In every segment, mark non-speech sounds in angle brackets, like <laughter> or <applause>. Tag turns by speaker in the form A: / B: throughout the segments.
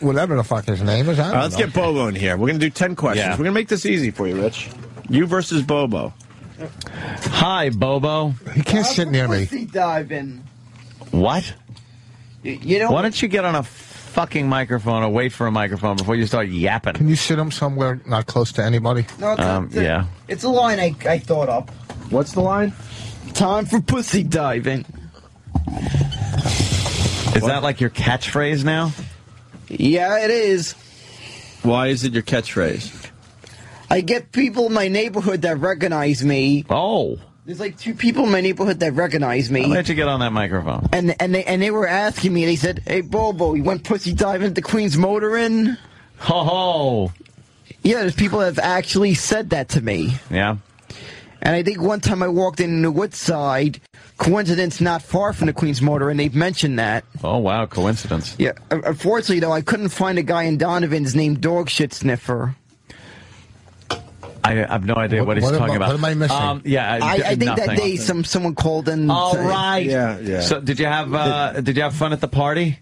A: whatever the fuck his name is. I
B: Uh,
A: don't
B: let's
A: know.
B: get Bobo in here. We're going to do 10 questions.
C: Yeah.
B: We're going to make this easy for you, Rich. You versus Bobo.
C: Hi, Bobo.
A: He can't sit near me.
D: Pussy diving.
C: What?
D: You, you know
C: Why don't you get on a fucking microphone or wait for a microphone before you start yapping?
A: Can you sit him somewhere not close to anybody?
D: No, it's
C: Um,
D: it's a,
C: yeah.
D: It's a line I, I thought up.
B: What's the line?
D: Time for pussy diving.
C: Is that like your catchphrase now?
D: Yeah, it is.
B: Why is it your catchphrase?
D: I get people in my neighborhood that recognize me.
C: Oh.
D: There's like two people in my neighborhood that recognize
C: I'll
D: me.
C: let you get on that microphone.
D: And and they and they were asking me. They said, "Hey, Bobo, you went pussy diving at the Queen's Motor Inn?"
C: Ho ho.
D: Yeah, there's people that have actually said that to me.
C: Yeah.
D: And I think one time I walked in the Woodside, coincidence not far from the Queen's Motor, and they've mentioned that.
C: Oh wow, coincidence.
D: Yeah, un- unfortunately though, I couldn't find a guy in Donovan's named Dog Shit Sniffer.
C: I have no idea what,
A: What-
C: he's
A: what
C: talking
A: am I-
C: about.
A: what am I missing?
C: Um, yeah,
D: I, I think
C: nothing.
D: that day some someone called in.
C: All right.
B: Yeah, yeah.
C: So did you have uh, did you have fun at the party?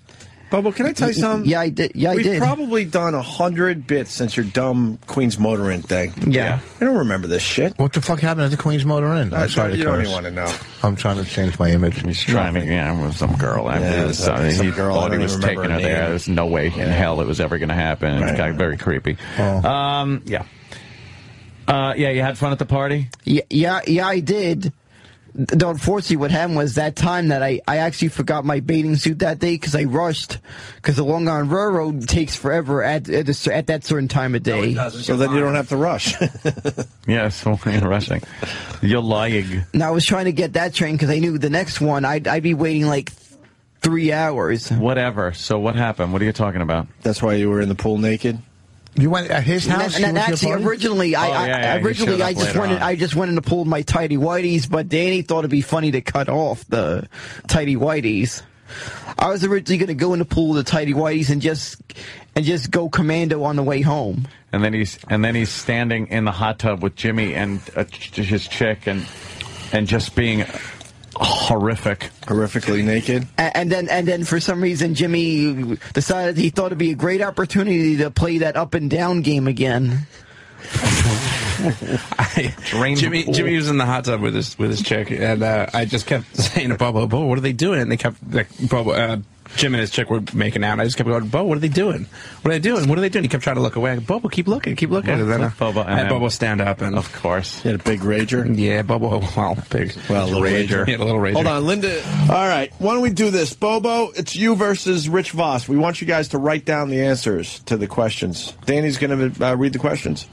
B: Bobo, can I tell you
C: Um,
B: something?
D: Yeah, I did. Yeah, I
B: We've
D: did.
B: probably done a hundred bits since your dumb Queen's Motor Inn thing.
D: Yeah.
B: I don't remember this shit.
A: What the fuck happened at the Queen's Motor Inn? I'm sorry to
B: you don't
A: curse.
B: even want to know.
A: I'm trying to change my image.
C: He's trying to, yeah, with some girl. I mean,
B: Yeah,
C: it was,
B: some-
C: I mean,
B: some
C: he
B: girl. I
C: thought he
B: don't
C: was
B: even remember
C: taking
B: her
C: her there.
B: name.
C: There's no way in hell it was ever going to happen. It
B: Right.
C: got very creepy.
A: Oh.
C: Um, yeah. Uh, yeah, you had fun at the party?
D: Yeah, yeah, yeah, I did. Though unfortunately, what happened was that time that I, I actually forgot my bathing suit that day because I rushed because the Long Island Railroad takes forever at at, a, cer- at that certain time of day.
B: So then you don't have to rush. <laughs>
C: Yes, interesting. You're lying.
D: and I was trying to get that train because I knew the next one I'd I'd be waiting like three hours.
C: Whatever. So what happened? What are you talking about?
B: That's why you were in the pool naked.
A: You went at his
D: And,
A: house?
D: and, and
A: He was
D: actually,
A: your buddy?
D: originally, I,
C: Oh, yeah,
D: I-
C: yeah, he
D: originally
C: showed up
D: I just
C: later
D: wanted
C: on.
D: I just wanted to pull my tidy whiteys, but Danny thought it'd be funny to cut off the tidy whiteys. I was originally going to go in the pool with the tidy whiteys and just and just go commando on the way home.
C: And then he's and then he's standing in the hot tub with Jimmy and uh, ch- his chick and and just being horrific.
B: Horrifically naked.
D: A- And then, and then, for some reason, Jimmy decided he thought it'd be a great opportunity to play that up and down game again.
B: <laughs>
C: Drained
E: Jimmy,
C: pool.
E: Jimmy was in the hot tub with his with his chick, and uh, I just kept <laughs> saying to Bobo, "Bo, what are they doing?" And they kept like, Bobo, uh, Jim and his chick were making out. And I just kept going, "Bo, what are they doing? What are they doing? What are they doing?" He kept trying to look away. I go, Bobo, keep looking, keep looking. And then uh,
C: Bobo and
E: I had
C: him.
E: Bobo stand up, and
C: Of course.
B: You had a big rager.
E: yeah, <laughs> Bobo, wow, big,
B: Well, a little rager.
E: He had a little rager.
B: Hold on, Linda. All right, why don't we do this? Bobo, it's you versus Rich Voss. We want you guys to write down the answers to the questions. Danny's going to uh, read the questions.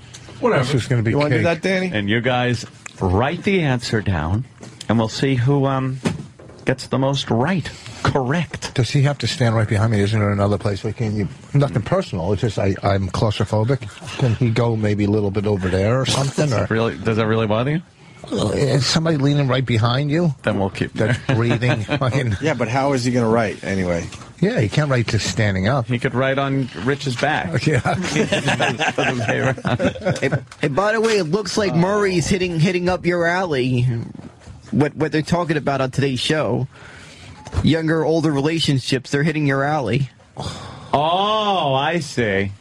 A: This is going to be
B: You want to do
A: cake.
B: that, Danny?
C: And you guys write the answer down, and we'll see who um, gets the most right. Correct.
A: Does he have to stand right behind me? Isn't there another place we can? You, nothing personal. It's just I, I'm claustrophobic. Can he go maybe a little bit over there or something? Or
C: Really? Does that really bother you?
A: is somebody leaning right behind you
C: Then we'll keep.
A: that's
B: <laughs>
A: breathing? Fucking,
B: Yeah, but how is he going to write anyway?
A: yeah, he can't write just standing up.
C: He could write on Rich's <laughs> back.
A: <laughs> Yeah.
D: Hey, hey, by the way, it looks
F: Uh,
D: like Murray's hitting hitting up your alley. What what they're talking about on today's show? Younger, older relationships. They're hitting your alley.
C: Oh, I see.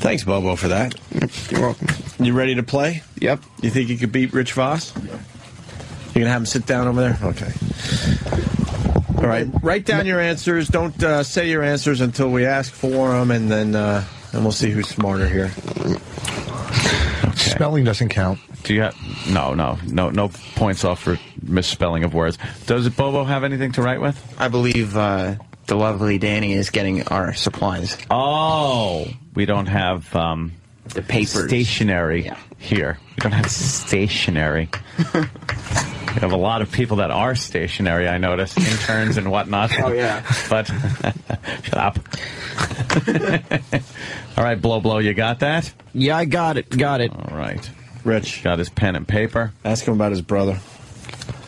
B: Thanks, Bobo, for that.
D: You're welcome.
B: You ready to play?
D: Yep.
B: You think you could beat Rich Voss? You're going to have him sit down over there? Okay. All right, write down your answers. Don't uh, say your answers until we ask for them, and then uh, and we'll see who's smarter here.
A: Spelling doesn't count.
C: Do you have? No, no, no, no points off for misspelling of words. Does Bobo have anything to write with?
F: I believe uh, the lovely Danny is getting our supplies.
C: Oh, we don't have um,
F: The papers.
C: stationery
F: Yeah.
C: here. We don't have stationery. we have a lot of people that are stationary. I noticed interns and whatnot. Oh yeah, but <laughs> shut up. All right, blow blow. You got that?
D: Yeah, I got it. Got it.
C: All right.
B: Rich,
C: Got his pen and paper.
B: ask him about his brother.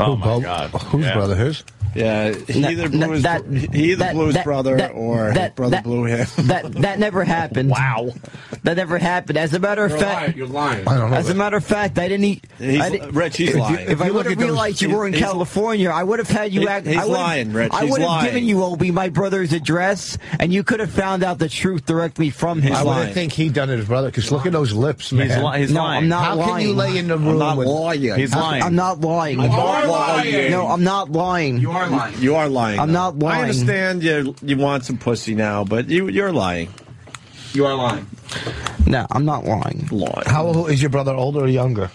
C: Oh my
A: Bo-
C: God.
A: Whose
C: Yeah.
A: brother? His?
B: Yeah, he
D: No,
B: either
D: no,
B: blew his,
D: that-
B: he either
D: that-
B: blew his
D: that-
B: brother
D: that-
B: or his
D: that-
B: brother
D: that-
B: blew
D: <laughs>
B: him.
D: That that never happened.
B: Wow.
D: That never happened. As a matter of
E: You're
D: fact,
E: lying. You're lying.
A: I don't know.
D: as a
A: that.
D: matter of fact, I didn't eat.
B: He's,
D: I didn't-
B: Rich, he's lying.
D: If I
A: you look
D: would have
A: at those-
D: realized you were in
B: he's-
D: California, I would have had you
B: He-
D: act.
B: he's
D: I would've-
B: lying, Rich.
D: I
B: He's
D: would have
B: lying.
D: given you Obi my brother's address, and you could have found out the truth directly from him.
B: He's
A: I
B: lying.
A: wouldn't think he done it, his brother, because look at those lips, man.
C: He's, li- he's
D: No,
C: lying.
D: I'm not
A: How can
D: lying.
A: you lay in the
B: I'm
A: room
B: not
A: with
B: lying.
C: He's lying.
D: I'm not lying.
E: You are lying.
D: No, I'm not lying.
F: You are lying.
B: You are lying.
D: I'm
B: though.
D: not lying.
B: I understand you you want some pussy now, but you you're lying.
F: You are lying.
D: No, I'm not lying.
B: Lying.
A: How old is your brother? Older or younger?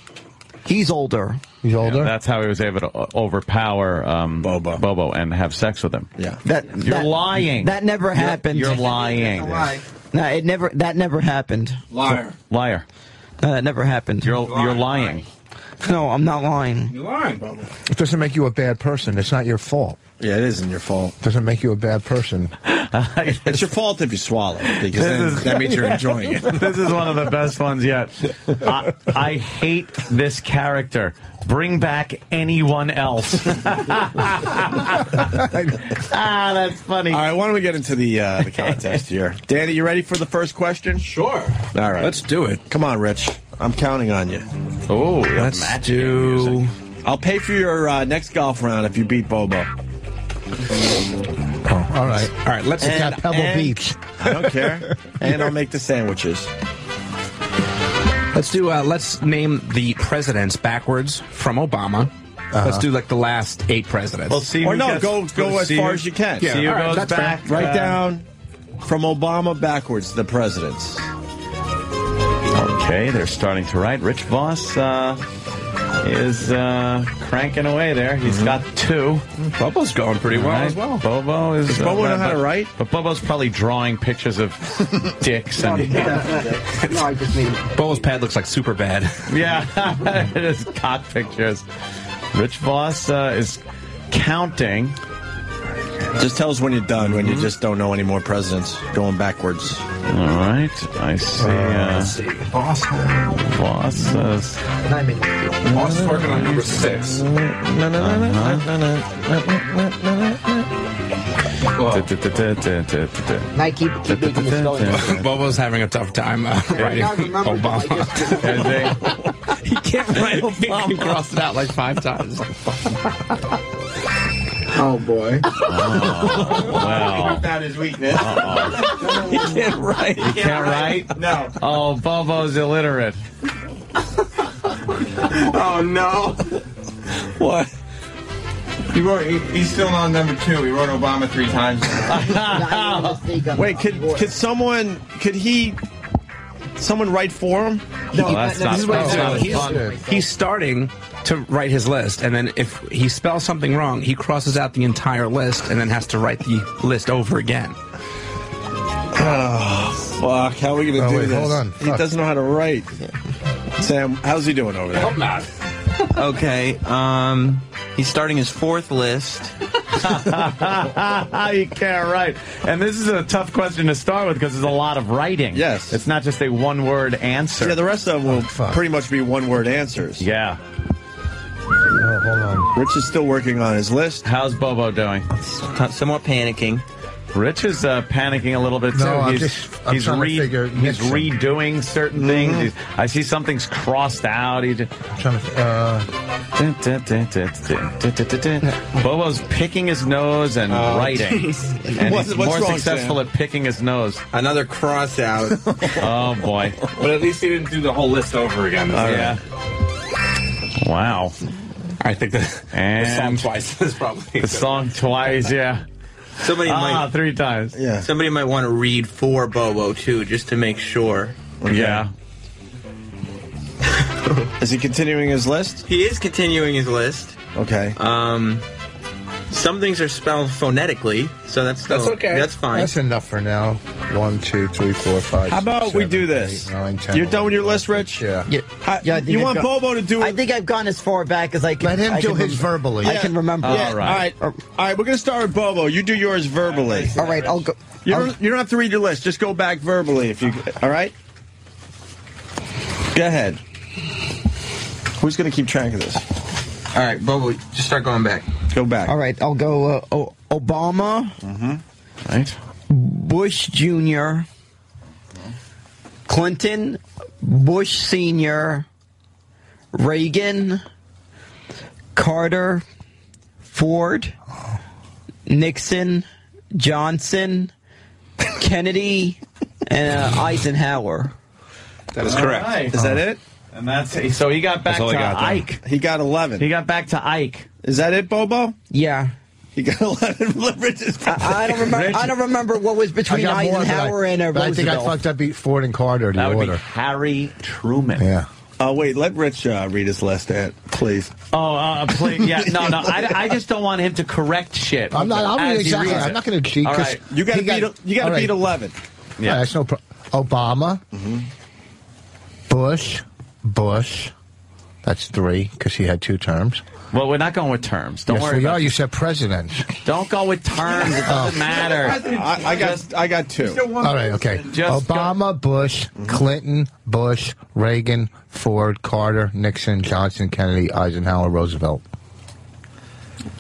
D: He's older.
A: He's older.
C: That's how he was able to o- overpower um,
B: Bobo.
C: Bobo and have sex with him.
B: Yeah.
D: That
C: You're
D: that-
C: lying.
D: That never happened.
C: You're lying.
D: No, it never. That never happened.
E: Liar.
C: Liar.
D: No, that never happened.
C: You're you're lying.
D: no, I'm not <laughs> lying.
E: You're lying, Bubba.
A: it doesn't make you a bad person. It's not your fault.
B: Yeah, it isn't your fault.
A: It doesn't make you a bad person.
B: It's your fault if you
D: <laughs>
B: swallow because then,
C: is-
B: that means you're enjoying it.
C: <laughs> this is one of the best ones yet. I, I hate this character. Bring back anyone else. <laughs> ah, that's funny.
B: All right, why don't we get into the uh, the contest here? Danny, you ready for the first question?
E: Sure.
B: All right.
E: Let's do it.
B: Come on, Rich. I'm counting on you.
C: Oh,
E: Let's do.
B: I'll pay for your uh, next golf round if you beat Bobo.
A: Oh, all right.
E: All right. Let's.
A: It's at Pebble
B: and-
A: Beach.
B: I
A: <laughs>
B: don't care. and I'll make the sandwiches.
E: Let's do. Uh, let's name the presidents backwards from Obama. Let's do like the last eight presidents.
C: We'll see.
B: Or
C: who
B: no,
C: gets-
B: go go as
C: see
B: far
C: who-
B: as you can.
E: Yeah.
C: See who
E: All right,
C: goes
E: that's fair.
C: back.
B: Write
C: uh,
B: down from Obama backwards the presidents.
C: Okay, they're starting to write. Rich Voss uh, is uh, cranking away there. He's got two.
E: Bubba's going pretty well
C: Right?
E: as well.
C: Bobo is. uh,
B: Does Bobo know how to
C: but-
B: write?
C: But Bobo's probably drawing pictures of dicks and
D: no, I just need.
E: Bubba's pad looks like super bad.
C: <laughs> yeah, <laughs> it is cock pictures. Rich Voss uh, is counting.
B: Just tell us when you're done, when you
A: Mm-hmm.
B: just don't know any more presidents going backwards.
C: All right, I see. Uh, Voss uh, uh-huh. is
D: <laughs>
E: <laughs> Boss working on number six.
D: Nike keep, keep making this
C: <laughs>
D: going.
E: Bobo's having a tough time uh, writing
D: I remember, but I
E: Obama.
D: just-
E: he can't
B: <laughs>
E: write <laughs> Obama. he crossed it out like five <laughs> times.
F: Oh boy.
C: Wow.
F: About his weakness.
E: He can't write.
C: Can't write.
F: No.
C: Oh, Bobo's illiterate. <laughs>
F: Oh no.
B: What?
F: He wrote. He, <laughs> he's still on number two. He wrote Obama three times.
D: I made a mistake on
B: <laughs> Wait,
D: the-
B: could
D: on the
B: could
D: board.
B: someone could he someone write for him?
C: Well, that's
D: no,
C: not,
D: this is what
C: that's
D: I'm
C: not
E: saying.
C: as fun.
E: He's starting to write his list, and then if he spells something wrong, he crosses out the entire list and then has to write the list over again.
B: Fuck, how are we gonna
A: Oh,
B: do
A: wait,
B: this?
A: hold on.
B: He
A: Fuck.
B: doesn't know how to write. Sam, how's he doing over there?
E: not.
F: okay. Um. He's starting his fourth list.
C: you can't write. And this is a tough question to start with because there's a lot of writing.
B: Yes.
C: It's not just a one word answer.
B: Yeah, the rest of them will
A: fuck.
B: pretty much be one word answers.
C: Yeah.
A: Oh, hold on.
B: Rich is still working on his list.
C: How's Bobo doing?
F: Somewhat panicking.
C: Rich is uh, panicking a little bit too.
A: No, I'm
C: he's
A: just- I'm
C: he's,
A: trying to figure Mm-hmm.
C: he's
A: Nixon.
C: redoing certain things. He's, I see something's crossed out. He just,
A: I'm trying to. Uh,
C: Bobo's picking his nose and
A: Oh, <laughs>
C: writing, and
B: What's- what's
C: he's more
B: wrong,
C: successful
B: Sam?
C: at picking his nose.
F: Another cross out.
E: <laughs>
C: Oh
A: <laughs>
C: boy!
E: But at least he didn't do the whole list over again.
C: yeah. Wow.
E: I think that
C: And-
E: the song twice <laughs> is probably
C: The song twice. Yeah.
F: Somebody
C: Ah,
F: might.
C: three times.
B: Yeah.
F: Somebody might want to read for Bobo too, just to make sure.
C: Yeah.
B: Is he continuing his list?
F: He is continuing his list.
B: Okay.
F: Um, some things are spelled phonetically, so that's still,
E: That's okay.
F: That's fine.
A: that's enough for now. One, two, three, four, five.
B: How about
A: six,
B: we
A: seven,
B: do this?
A: eight, nine, 10,
B: You're done with your
A: 11,
B: list, Rich?
A: Yeah.
D: Yeah,
B: Hi-
D: yeah, I think
B: you
D: I've
B: want
D: got-
B: Bobo to do
D: I
B: it?
D: think I've gone as far back as I can.
A: Let him
D: I
A: do
D: can
A: his
D: remember.
A: verbally.
D: I can remember.
C: All
B: Yeah,
C: right.
B: All right. All right. We're gonna start with Bobo. You do yours verbally.
D: All right, I'll go.
B: You
D: I'll-
B: don't, you don't have to read your list. Just go back verbally if you. All right. Go ahead. Who's gonna keep track of this?
F: All right, Bobo, just start going back.
B: Go back.
D: All right, I'll go uh, o- Obama,
A: Mm-hmm.
C: Right?
D: Bush Jr., Clinton, Bush Sr., Reagan, Carter, Ford, Nixon, Johnson,
A: <laughs>
D: Kennedy, and uh, Eisenhower.
E: That is correct.
B: Is that it?
C: And that's so he got back
E: That's all
C: to
E: I got there.
C: Ike.
B: He got 11.
C: He got back to Ike.
B: Is that it, Bobo?
D: Yeah.
B: He got <laughs> 11 liberties.
D: I I don't remember. I don't remember what was between
A: I got more, but I-
D: Eisenhower and uh,
A: but I
D: Roosevelt.
A: think I fucked up beat Ford and Carter in
C: That
A: the
C: would be
A: order.
C: Harry Truman.
A: yeah.
B: Oh, wait, let Rich uh, read his last ad, please.
C: Oh, uh, please.
A: <laughs>
C: Yeah, no, no. I, I just don't want him to correct shit.
A: I'm not. I'm
C: as he
A: exactly.
C: reads it.
A: I'm not going to cheat.
C: All
A: 'cause
C: right.
B: You gotta
A: he
B: beat, you gotta
A: all right.
B: beat 11.
A: Yeah, that's no problem. Obama,
B: Mm-hmm.
A: Bush, Bush. That's three because he had two terms.
C: Well, we're not going with terms. Don't
A: yes,
C: worry
A: we
C: about
A: are.
C: it.
A: You said presidents.
C: Don't go with terms. It doesn't matter.
B: I, I got I got two.
A: All right, okay.
C: Just go-
A: Obama, Bush,
B: Mm-hmm.
A: Clinton, Bush, Reagan, Ford, Carter, Nixon, Johnson, Kennedy, Eisenhower, Roosevelt.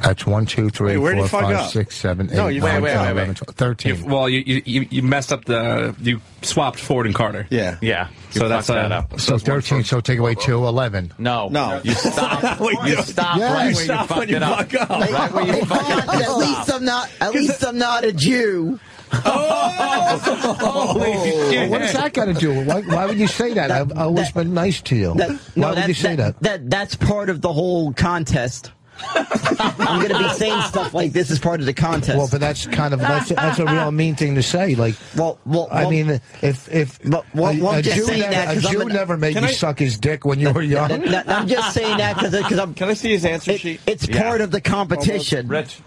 A: That's one, two, three,
B: Wait, where'd
A: four,
B: you fuck
A: five,
B: up?
A: six, seven,
B: No,
A: eight,
B: you-
A: nine,
B: wait, wait,
A: ten,
B: wait,
A: eleven,
B: wait.
A: twelve, thirteen.
E: You, well, you, you- you you messed up the you swapped Ford and Carter.
B: Yeah.
C: Yeah. you
E: So that's,
C: fucked
E: uh,
C: that up.
A: so thirteen. So take away two, eleven.
C: No.
B: No.
C: You stop. <laughs>
B: Wait,
C: you
B: no.
C: stop
A: Yes.
C: right where
B: Stop
C: you
B: when
C: fucked
B: you
C: it up.
B: fuck up.
C: Right where you fucked it up.
D: at least I'm not. At least I'm not a Jew.
A: Well, what does that got to do? with- Why, why would you say that? I've always been nice to you.
D: That, no,
A: why would
D: that-
A: you say that?
D: that? that's part of the whole contest. I'm gonna be saying stuff like this is part of the contest.
A: Well, but that's kind of that's, that's a real mean thing to say. Like,
D: Well, well,
A: I
D: well-
A: mean, if if
D: But why-
A: a,
D: why
A: a
D: don't you
A: Jew,
D: say
A: never,
D: that?
A: a
D: 'Cause I'm
A: Jew
D: an-
A: never made you suck his dick when
D: <laughs>
A: you were
D: That-
A: young.
D: that- I'm just saying that because I'm.
B: Can I see his answer
D: It,
B: sheet?
D: it's
C: Yeah.
D: part of the competition.
C: Rich.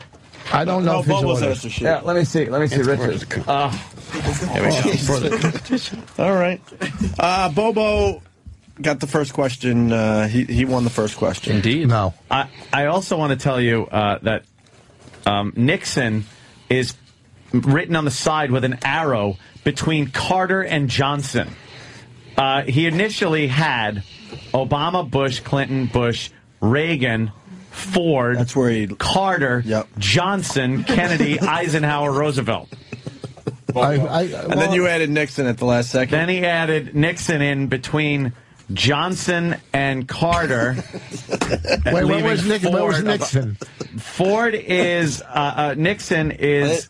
A: I don't know
B: no,
A: if his
B: Bobo's
A: order.
B: answer sheet.
C: Yeah, let me see. Let me see Rich's. Uh, here we go.
B: All right. Uh, Bobo got the first question. Uh, he, he won the first question.
E: Indeed.
A: No,
C: I, I also want to tell you uh, that um, Nixon is written on the side with an arrow between Carter and Johnson. Uh, he initially had Obama, Bush, Clinton, Bush, Reagan, Ford,
B: That's where he-
C: Carter,
B: Yep. <laughs>
C: Johnson, Kennedy, Eisenhower, Roosevelt.
A: I, I,
B: And then you added Nixon at the last second.
C: Then he added Nixon in between Johnson and
B: <laughs>
C: Carter.
A: wait. Where
C: leaving
A: was Nixon? Where was
C: Ford ab-
A: Nixon?
C: Ford is uh, uh, Nixon is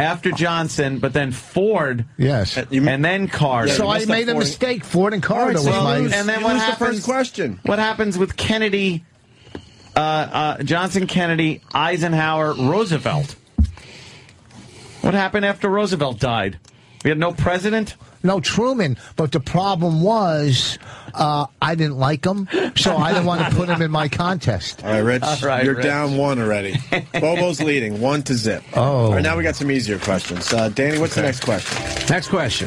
C: after Johnson, but then Ford,
A: Yes.
B: You-
C: and then Carter.
A: So
B: you
A: I
B: missed the
A: made a
B: Ford.
A: mistake. Ford and
B: All
A: Carter
B: right,
A: was
B: so you
A: my.
B: lose-
C: And then
B: you
C: what
B: lose the
C: happens-
B: first question?
C: what happens with Kennedy, uh, uh, Johnson, Kennedy, Eisenhower, Roosevelt? What happened after Roosevelt died? We had no president.
A: No, Truman. But the problem was, uh, I didn't like him, so I didn't want to put him in my contest.
B: All right,
C: <laughs>
B: Rich.
C: right,
B: you're
C: Rich.
B: down one
C: <laughs>
B: already. Bobo's leading one to zip.
A: Oh.
B: All right, now we got some easier questions. Uh, Danny, what's the next question?
E: Next question.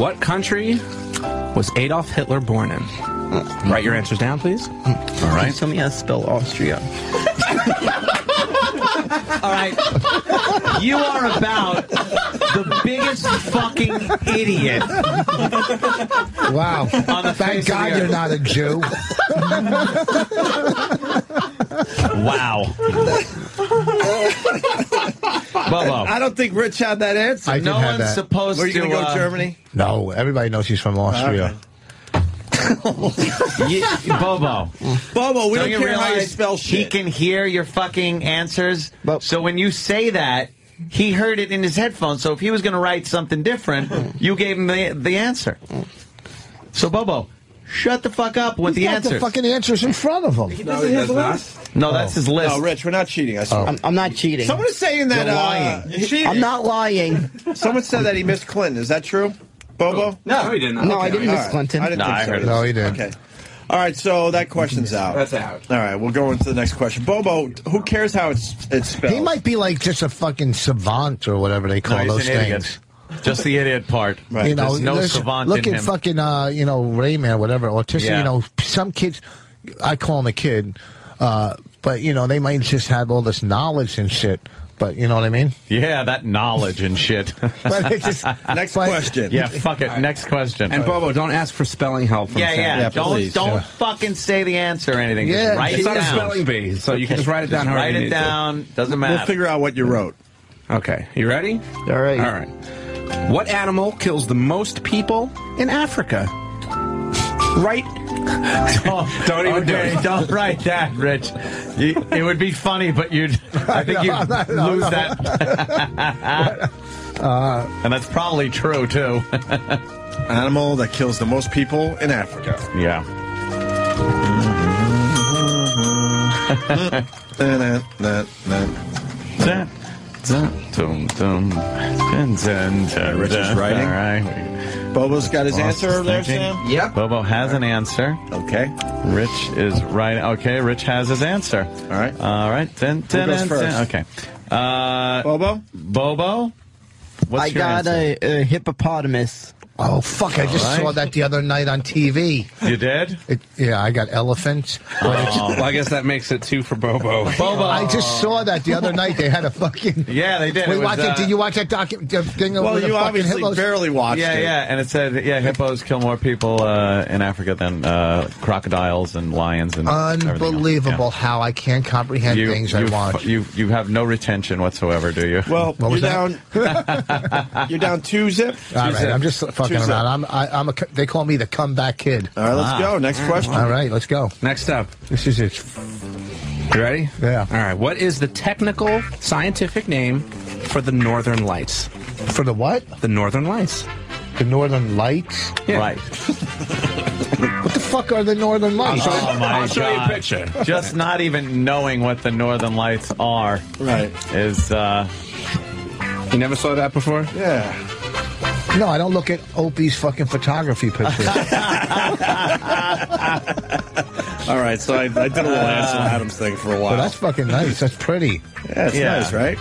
E: What country was Adolf Hitler born in? Write your answers down, please.
D: All right. Tell me how to spell Austria.
C: All right. You are about the biggest fucking idiot. <laughs>
A: Wow.
C: the
A: Thank
C: face of
A: God
C: the
A: you're
C: earth.
A: not a Jew.
C: <laughs> Wow.
B: I
C: Bobo.
B: don't think Rich had that answer.
A: I did
C: No
A: have
C: one's
A: that.
C: supposed
B: Were you
C: to
B: going to go
C: uh,
B: Germany?
A: No, everybody knows he's from Austria.
B: Okay.
C: You, Bobo,
B: Bobo, we don't,
C: you
B: care how you
C: realize
B: spell
C: he
B: shit.
C: can hear your fucking answers?
D: But-
C: so when you say that, he heard it in his headphones. So if he was going to write something different, you gave him the, the answer. So Bobo, shut the fuck up with the
A: He's got
C: answers.
A: The fucking answers in front of him.
E: No, he does not.
C: no, that's his list.
B: No, Oh, Rich, we're not cheating. I swear.
D: I'm, I'm not cheating.
B: Someone is saying that.
C: You're
B: uh,
C: lying.
B: he-
D: I'm not lying.
B: Someone said that he missed Clinton. Is that true, Bobo?
E: No, he did not.
D: No, I didn't
B: All
D: miss
B: right.
D: Clinton.
B: I didn't
C: No,
B: think
C: I
B: so.
C: heard it.
A: No, he didn't.
B: Okay. All right, so that question's out.
E: That's out.
B: All right, we'll go into the next question. Bobo, who cares how it's it's spelled?
A: He might be like just a fucking savant or whatever they
C: No,
A: call
C: he's
A: those
C: an idiot.
A: things.
C: Just the idiot part.
B: Right.
A: You know,
C: There's no
A: there's-
C: savant
A: look
C: in
A: at
C: him.
A: fucking uh, you know Rayman, whatever autistic.
C: Yeah.
A: You know, some kids, I call him a kid, uh, but you know they might just have all this knowledge and shit. but you know what I
C: <laughs>
A: mean?
C: Yeah, that knowledge and shit. <laughs>
A: But it's just-
B: Next
A: but-
B: question.
A: <laughs>
C: yeah, fuck it. Next question.
E: And Bobo, don't ask for spelling help. From
C: yeah,
E: Sam.
C: yeah,
B: Yeah,
C: Don't
B: please,
C: don't
B: yeah.
C: fucking say the answer or anything.
A: Yeah,
C: just write
E: It's
C: it
E: not a
C: down.
E: spelling bee, so you can just write it down. however
C: write
E: you
C: it
E: need to.
C: down. Doesn't matter.
B: We'll figure out what you wrote.
E: Okay, you ready?
D: All right.
E: All right. What animal kills the most people in Africa? Right.
C: <laughs>
E: Don't even do
C: Okay,
E: it.
B: <laughs>
C: don't write that, Rich. You- it would be funny, but you'd. I think you'd lose that.
B: <laughs> Uh,
C: and that's probably true too.
B: Animal that kills the most people in Africa.
C: yeah.
B: Nah, nah, nah, nah.
C: Rich
B: Rich is writing. Bobo's got his
C: Lost
B: answer
C: his
B: there,
C: thinking.
B: Sam?
F: Yep.
C: Bobo has an answer.
B: Okay.
C: Rich is right. Okay, Rich has his answer.
B: All right.
C: All right. Dun, dun,
B: goes
C: dun,
B: first?
C: dun. Okay. Uh,
B: Bobo?
C: Bobo, what's
D: I
C: your
D: got
C: answer?
D: a, a hippopotamus.
A: Oh fuck! I just
C: right.
A: saw that the other night on TV. <laughs>
C: You did?
A: It, yeah, I got elephants. But it's-
E: <laughs> Well, I guess that makes it two for Bobo.
C: Bobo.
A: I just saw that the other night. They had a fucking.
C: <laughs> yeah, they did.
A: We
C: It was,
A: watched it.
C: uh,
A: Did you watch that docu- the thing
B: Well,
A: with the
B: you
A: fucking
B: obviously
A: Hitler's-
B: barely watched
C: Yeah,
B: it.
C: yeah, and it said, yeah, hippos kill more people uh, in Africa than uh, crocodiles and lions and everything else.
A: Unbelievable
C: Yeah.
A: how I can't comprehend
C: You,
A: things
C: you,
A: I watch.
C: you you have no retention whatsoever, do you?
B: Well,
A: What
B: you're
A: was
B: down. <laughs> you're down two zip.
A: All right,
B: Two
A: I'm
B: zip.
A: just fucking
B: Two zip.
A: around. I'm, I, I'm a. c- They call me the comeback kid.
B: All right, let's go. Next question.
A: All right, let's go.
E: Next up.
A: This is it.
E: You ready?
A: Yeah.
E: All right. What is the technical scientific name for the northern lights?
A: For the what?
E: The northern lights.
A: The Northern Lights.
E: Yeah.
C: Right.
A: What the fuck are the Northern Lights?
C: Oh my
E: I'll show you a
C: God.
E: picture.
C: Just not even knowing what the Northern Lights are
B: Right.
C: is uh,
E: You never saw that before?
B: Yeah.
A: No, I don't look at Opie's fucking photography pictures.
B: All right. So I, I did a little answer Adams thing for a while.
A: but that's fucking nice. That's pretty.
B: yeah, it's
C: Yeah.
B: nice, right?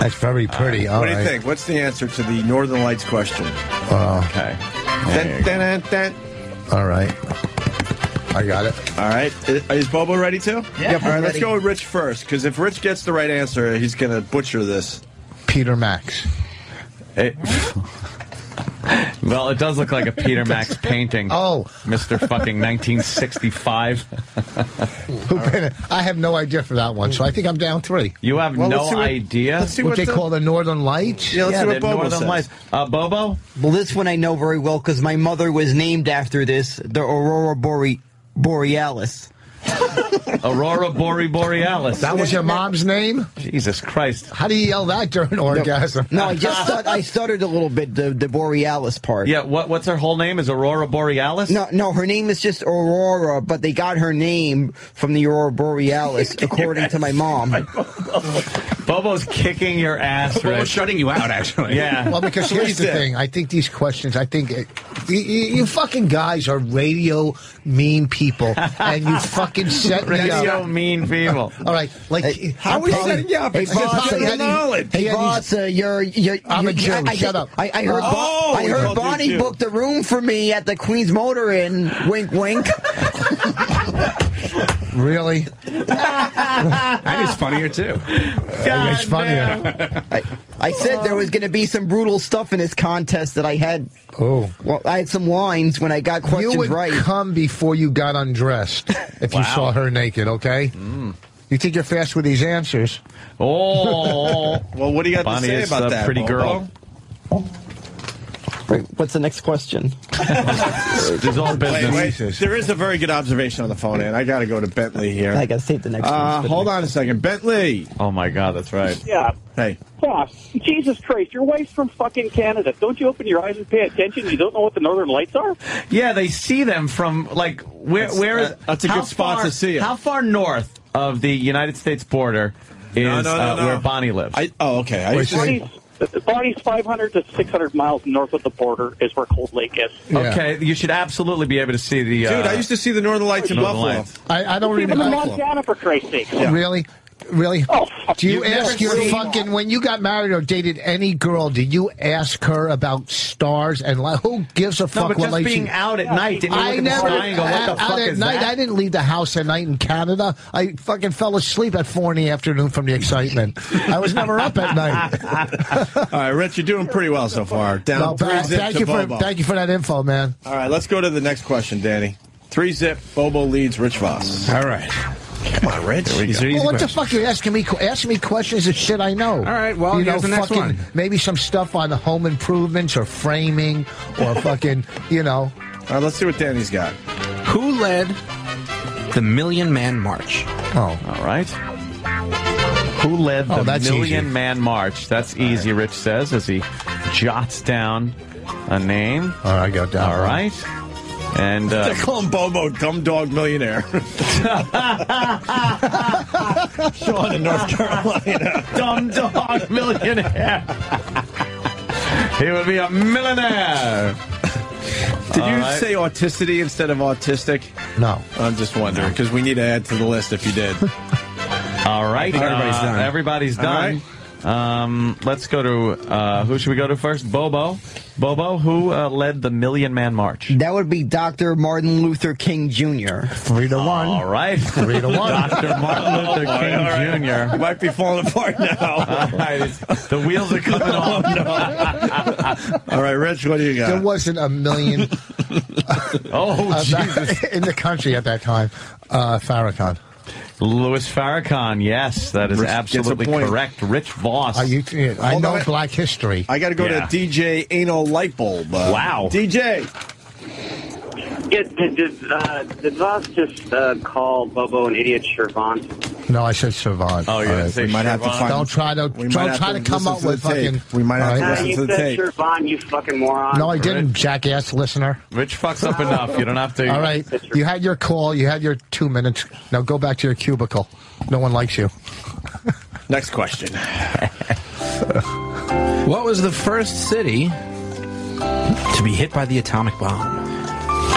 A: That's very pretty. All
B: what
A: right.
B: do you think? What's the answer to the Northern Lights question?
C: okay.
B: Dun, dun, dun, dun.
A: All right. I got it.
B: All right. I- Is Bobo ready too?
D: Yeah,
B: All right.
D: I'm
B: Let's
D: ready.
B: go with Rich first, because if Rich gets the right answer, he's gonna butcher this.
A: Peter Max.
C: It- <laughs> well, it does look like a Peter Max painting.
A: Oh.
C: Mr. fucking 1965.
A: Who been- I have no idea for that one, so I think I'm down three.
C: You have
B: Well,
C: no
B: let's see what-
C: idea.
B: let's see
A: What
B: what
A: they
B: the-
A: call the Northern Lights?
B: Yeah, let's
C: yeah,
B: see
C: the
B: what Bobo
C: Northern
B: says.
C: Lights. Uh, Bobo?
D: Well, this one I know very well because my mother was named after this, the Aurora Bore- Borealis.
C: Aurora Bori Borealis.
A: That was your mom's name?
C: Jesus Christ.
A: How do you yell that during orgasm?
D: No, I just thought I stuttered a little bit the the Borealis part.
C: Yeah, what what's her whole name? Is Aurora Borealis?
D: No, no, her name is just Aurora, but they got her name from the Aurora
A: <laughs>
D: Borealis, according to my mom.
C: Bobo's kicking your ass,
E: Well, we're
C: Rich.
E: shutting you out, actually.
C: Yeah.
A: Well, because here's the
B: Please do.
A: thing. I think these questions, I think it, you, you you fucking guys are radio mean people, and you fucking set me
C: Radio
A: up.
C: mean
B: <laughs>
C: people.
A: All right, like
D: Hey,
A: I'm
B: How are we
A: probably-
B: setting you up?
A: Hey,
B: It's just
A: Bob,
B: general
A: he had these-
B: knowledge.
A: he
D: Hey,
A: had these-
D: boss, uh, you're, you're,
A: I'm a
D: you're-
A: Jew,
D: I, I,
A: shut up.
D: I, I heard, Bo-
B: Oh,
D: I
B: he
D: heard
B: called you
D: Bonnie
B: Jew.
D: booked a room for me at the Queen's Motor Inn. Wink, wink.
A: really?
E: That is funnier, too.
C: God
A: It's funnier.
D: I, I said there was going to be some brutal stuff in this contest that I had.
A: Oh.
D: Well, I had some lines when I got questions
A: You would
D: right.
A: come before you got undressed if you saw her naked, okay? You think you're fast with these answers.
C: Oh.
B: Well, what do you got to
C: Bonnie
B: say
C: is
B: about
C: a
B: that?
C: pretty
B: Bobo?
C: girl.
D: Right, What's the next question?
C: This all
B: Wait,
C: business.
B: wait. There is a very good observation on the phone, and I got to go to Bentley here.
D: I got to save the next
B: Uh,
D: one.
B: hold on a second, Bentley.
C: Oh my God, that's right.
G: Yeah.
B: Hey,
G: Boss, Jesus Christ, your wife's from fucking Canada. Don't you open your eyes and pay attention? You don't know what the Northern Lights are?
C: Yeah, they see them from like where?
B: That's-
C: where is
B: that- that's a
C: how
B: good spot
C: far-
B: to see it.
C: How far north of the United States border is
B: No, no, no,
C: uh,
B: no.
C: where Bonnie lives?
B: I oh okay. I used to
G: Bonnie's, Bonnie's 500 to 600 miles north of the border is where Cold Lake is.
A: Yeah.
C: Okay, you should absolutely be able to see the.
B: Dude,
C: uh,
B: I used to see the Northern Lights in
C: Northern
B: Buffalo.
C: Lights.
A: I, I don't
G: Even
A: even
G: in
A: I,
G: Montana, for Christ's sake.
B: Yeah.
A: really. Really?
G: Oh, fuck
A: Do you
G: You've
A: ask
G: never
A: your
G: seen-
A: fucking when you got married or dated any girl? Did you ask her about stars and li- who gives a
C: No,
A: fuck
C: but
A: what
C: just
A: life?
C: being
A: she-
C: out at night didn't you look
A: I
C: at the
A: never
C: sky and go, what the
A: out, out
C: fuck
A: at
C: is
A: night. I
C: that?
A: didn't leave the house at night in Canada. I fucking fell asleep at four in the afternoon from the excitement. I was never up at
C: <laughs>
A: night.
B: All right, Rich, you're doing pretty well so far. Down
A: Well,
B: three
A: th-
B: zip
A: thank
B: to
A: you for
B: Bobo.
A: thank you for that info, man.
B: All right, let's go to the next question, Danny. Three zip. Bobo leads Rich Voss.
E: All right.
B: Come on, Rich.
E: These are easy
A: Well, what the
E: questions.
A: fuck are you asking me? Ask me questions of shit I know. All
E: right, well,
A: you know,
E: here's the next
A: fucking
E: one.
A: maybe some stuff on the home improvements or framing
E: <laughs>
A: or fucking, you know.
B: All right, let's see what Danny's got.
E: Who led the Million Man March?
A: Oh,
C: All right. Who led
A: Oh,
C: the
A: that's
C: Million
A: easy.
C: Man March? That's easy, Rich says, as he jots down a name.
A: all right, I got that.
C: All
A: one.
C: right. And uh,
A: <laughs>
B: They <laughs> call him Bobo, dumb dog millionaire. <laughs> Sean in North Carolina.
C: dumb <laughs> dog millionaire. he would be a millionaire.
B: Did you
C: right.
B: say autisticity instead of autistic?
A: No.
B: I'm just wondering because we need to add to the list if you did.
C: All right.
E: think everybody's
C: uh,
E: done.
C: Everybody's
B: All
C: done. Um, let's go to uh, who should we go to first? Bobo. Bobo, who uh, led the Million Man March?
D: That would be Dr. Martin Luther King Jr.
A: Three to one.
C: All right. <laughs>
A: Three to one.
C: Dr. Martin Luther King Jr.
B: You <laughs> might be falling apart now. <laughs>
C: All right, it's- the wheels are coming off.
B: All right, Rich, what do you
A: There
B: got?
A: wasn't a
C: <laughs>
A: million Uh,
C: Oh, Jesus.
A: in the country at that time. Uh, Farrakhan.
C: Louis Farrakhan, yes, that is
B: Rich gets a
C: absolutely
B: point.
C: correct. Rich Voss.
A: Are you, I
B: Hold
A: know
B: on.
A: black history.
B: I got to go
C: Yeah.
B: to DJ Anal Lightbulb. Uh,
C: Wow.
B: DJ.
H: Did, did, did, uh, did Voss just uh, call Bobo an idiot Shervant?
A: no, I said Savant.
C: oh, you're
A: All
C: going to
A: right.
C: say
B: we might have to
C: Siobhan.
B: find-
A: Don't try to
B: We
A: don't
B: might have
A: try to
B: to
A: come
B: listen
A: up
B: to
A: with
B: the tape.
A: fucking.
B: We might have
A: all
B: to
H: Nah,
A: right.
B: listen
H: Uh, you
B: to the
H: said
B: tape.
H: Shervant, you fucking moron.
A: No, I didn't, jackass listener.
C: Rich fucks up enough. You don't have to.
A: All right, you had your call. You had your two minutes. Now go back to your cubicle. No one likes you.
B: Next question.
E: What was the first city to be hit by the atomic bomb?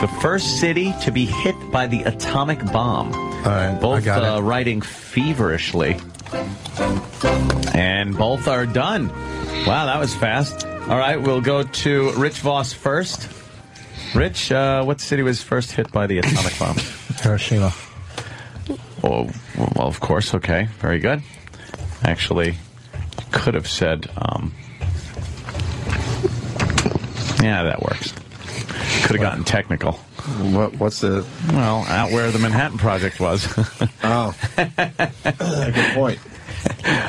C: The first city to be hit by the atomic bomb.
A: right, I
C: both
A: got
C: uh,
A: it.
C: writing feverishly, and both are done. Wow, that was fast. All right, we'll go to Rich Voss first. Rich, uh, what city was first hit by the atomic bomb?
A: <laughs> Hiroshima.
C: Oh, well, of course. Okay, very good. Actually, could have said, um, yeah, that works. Could have gotten technical.
B: What, what's the?
C: Well, out where the Manhattan Project was. <laughs>
B: <laughs> Oh, good point.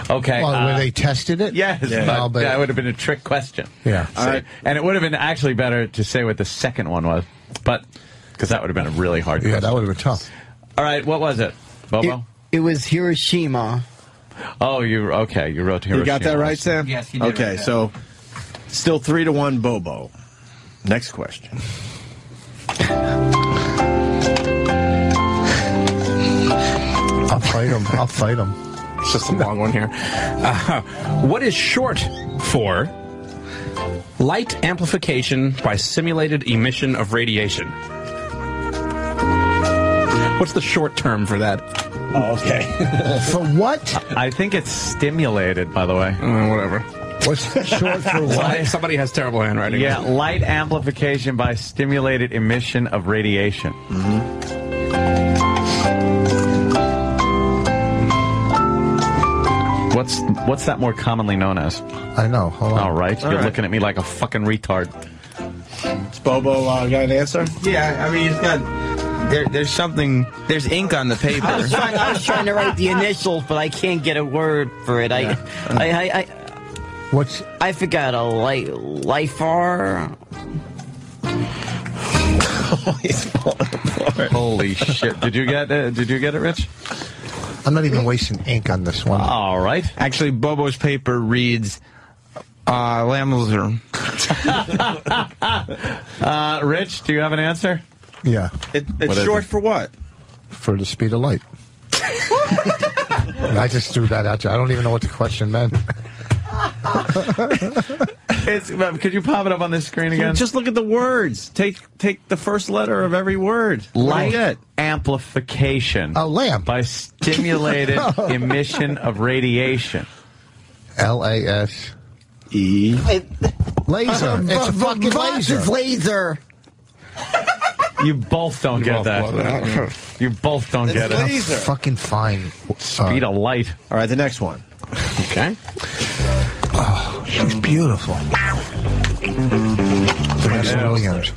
C: okay.
A: Well,
C: uh,
A: where they tested it?
C: yes,
B: Yeah.
C: but,
A: No, but-
C: that would have been a trick question.
A: Yeah.
C: See?
B: All right.
C: And it would have been actually better to say what the second one was, but because that would have been a really hard
A: Yeah,
C: question.
A: that would have been tough.
C: All right, what was it, Bobo?
D: It, it was Hiroshima.
C: oh, you okay? You wrote Hiroshima.
B: You got that right, Sam?
E: Yes, he did
B: Okay,
E: write that.
B: so still three to one, Bobo. Next question.
A: I'll fight them. I'll fight them.
F: <laughs>
E: It's just a long one here. Uh, what is short for light amplification by simulated emission of radiation? What's the short term for that?
B: Oh, okay.
A: For what?
C: I think it's stimulated, by the way.
E: Uh, whatever.
A: What's short for what?
E: Somebody, somebody has terrible handwriting.
C: Yeah, light amplification by stimulated emission of radiation. Mm-hmm. What's what's that more commonly known as?
A: I know. Hold on.
C: All right, you're
B: right.
C: looking at me like a fucking retard.
B: Does Bobo uh, got an answer?
F: Yeah, I mean, it's got there. There's something. There's ink on the
E: <laughs>
D: I was,
F: paper.
D: trying, I was trying to write the initials, but I can't get a word for it. I, I, I, I,
A: What's
D: I forgot a light, lifar.
C: Holy shit! Did you get uh, Did you get it, Rich?
A: I'm not even wasting ink on this one.
C: All right.
F: Actually, Bobo's paper reads. Uh, Lamelsrum.
C: Uh, Rich, do you have an answer?
A: yeah,
B: It, it's
C: is
B: short
C: it?
B: for what?
A: for the speed of light. I just threw that at you. I don't even know what the question meant.
C: It's, Bob, could you pop it up on this screen again?
B: Just look at the words. Take take the first letter of every word. What do you
C: light
B: get?
C: amplification
A: A lamp. <laughs>
C: by stimulated emission of radiation.
A: L A S E. Laser. It's a fucking laser.
D: It's laser.
C: You both don't get that. You both don't get it.
A: Laser. Fucking fine.
C: Speed of light.
B: All right, the next one.
E: Okay.
A: She's beautiful. Vanessa Williams.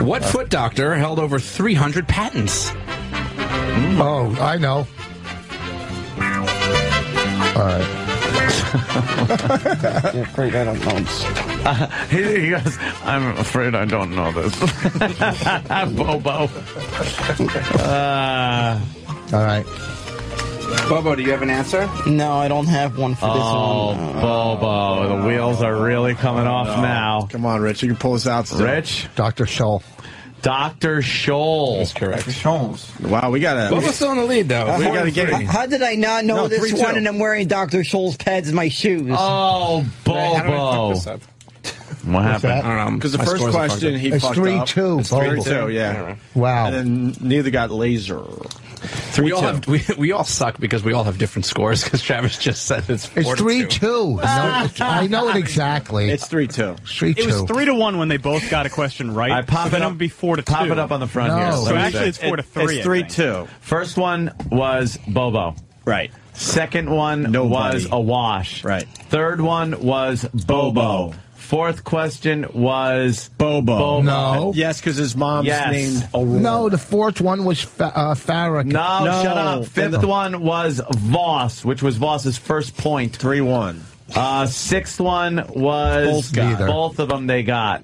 E: What foot doctor held over 300 patents?
A: Oh, I know.
C: He, <laughs> he goes, I'm afraid I don't know this. <laughs> Bobo. Uh,
A: All right.
E: Bobo, do you have an answer?
D: No, I don't have one for this
C: oh,
D: one.
C: Bobo. The wheels are really coming off now.
B: Come on, Rich. You can pull this out. Still.
C: Rich,
A: Dr. Scholl.
C: Dr. Scholl.
E: correct.
B: Wow, we got
E: Bobo's
B: to.
E: still in the lead, though.
B: We got to get.
D: H- How did I not know
B: No,
D: this
B: three, two.
D: one? And I'm wearing Dr. Scholl's pads in my shoes.
C: Oh,
E: How do I fuck
C: Bobo.
E: this up?
C: What
E: I
C: happened?
E: don't know.
B: Because the
E: My
B: first
E: scores are fucked
B: question
E: up.
B: he
A: It's
B: fucked
A: three
B: up.
A: two,
B: It's three
A: Bobo.
B: two. Yeah.
A: Wow.
B: And then neither got laser. Three
E: we all
B: two.
E: have we, we all suck because we all have different scores. Because Travis just said it's four
A: It's
E: to
A: 3 2.
E: two.
A: No, it's- I know it exactly.
B: it's three two.
A: It's 3 2.
I: It was three to one when they both got a question right.
C: I pop
I: so
C: it
I: then
C: up
I: would be four to
C: Pop
I: two.
C: it up on the front
A: No.
C: here.
A: So
C: Let
I: So
C: me
I: actually,
C: see.
I: it's four to three.
B: It's three
I: I think.
B: two.
C: First one was Bobo.
B: Right.
C: Second one
B: Nobody.
C: was a wash.
B: Right.
C: Third one was Bobo.
B: Bobo.
C: Fourth question was
B: Bobo.
C: Bobo.
A: No.
B: Yes, because his mom's
C: Yes.
B: named Aurora.
A: no, the fourth one was fa- uh, Farrakhan.
C: No,
B: No.
C: shut up.
B: Then
C: Fifth
B: the-
C: one was Voss, which was Voss's first point.
B: three one.
C: Uh, sixth one was
B: Both got.
A: Neither.
C: both of them they got.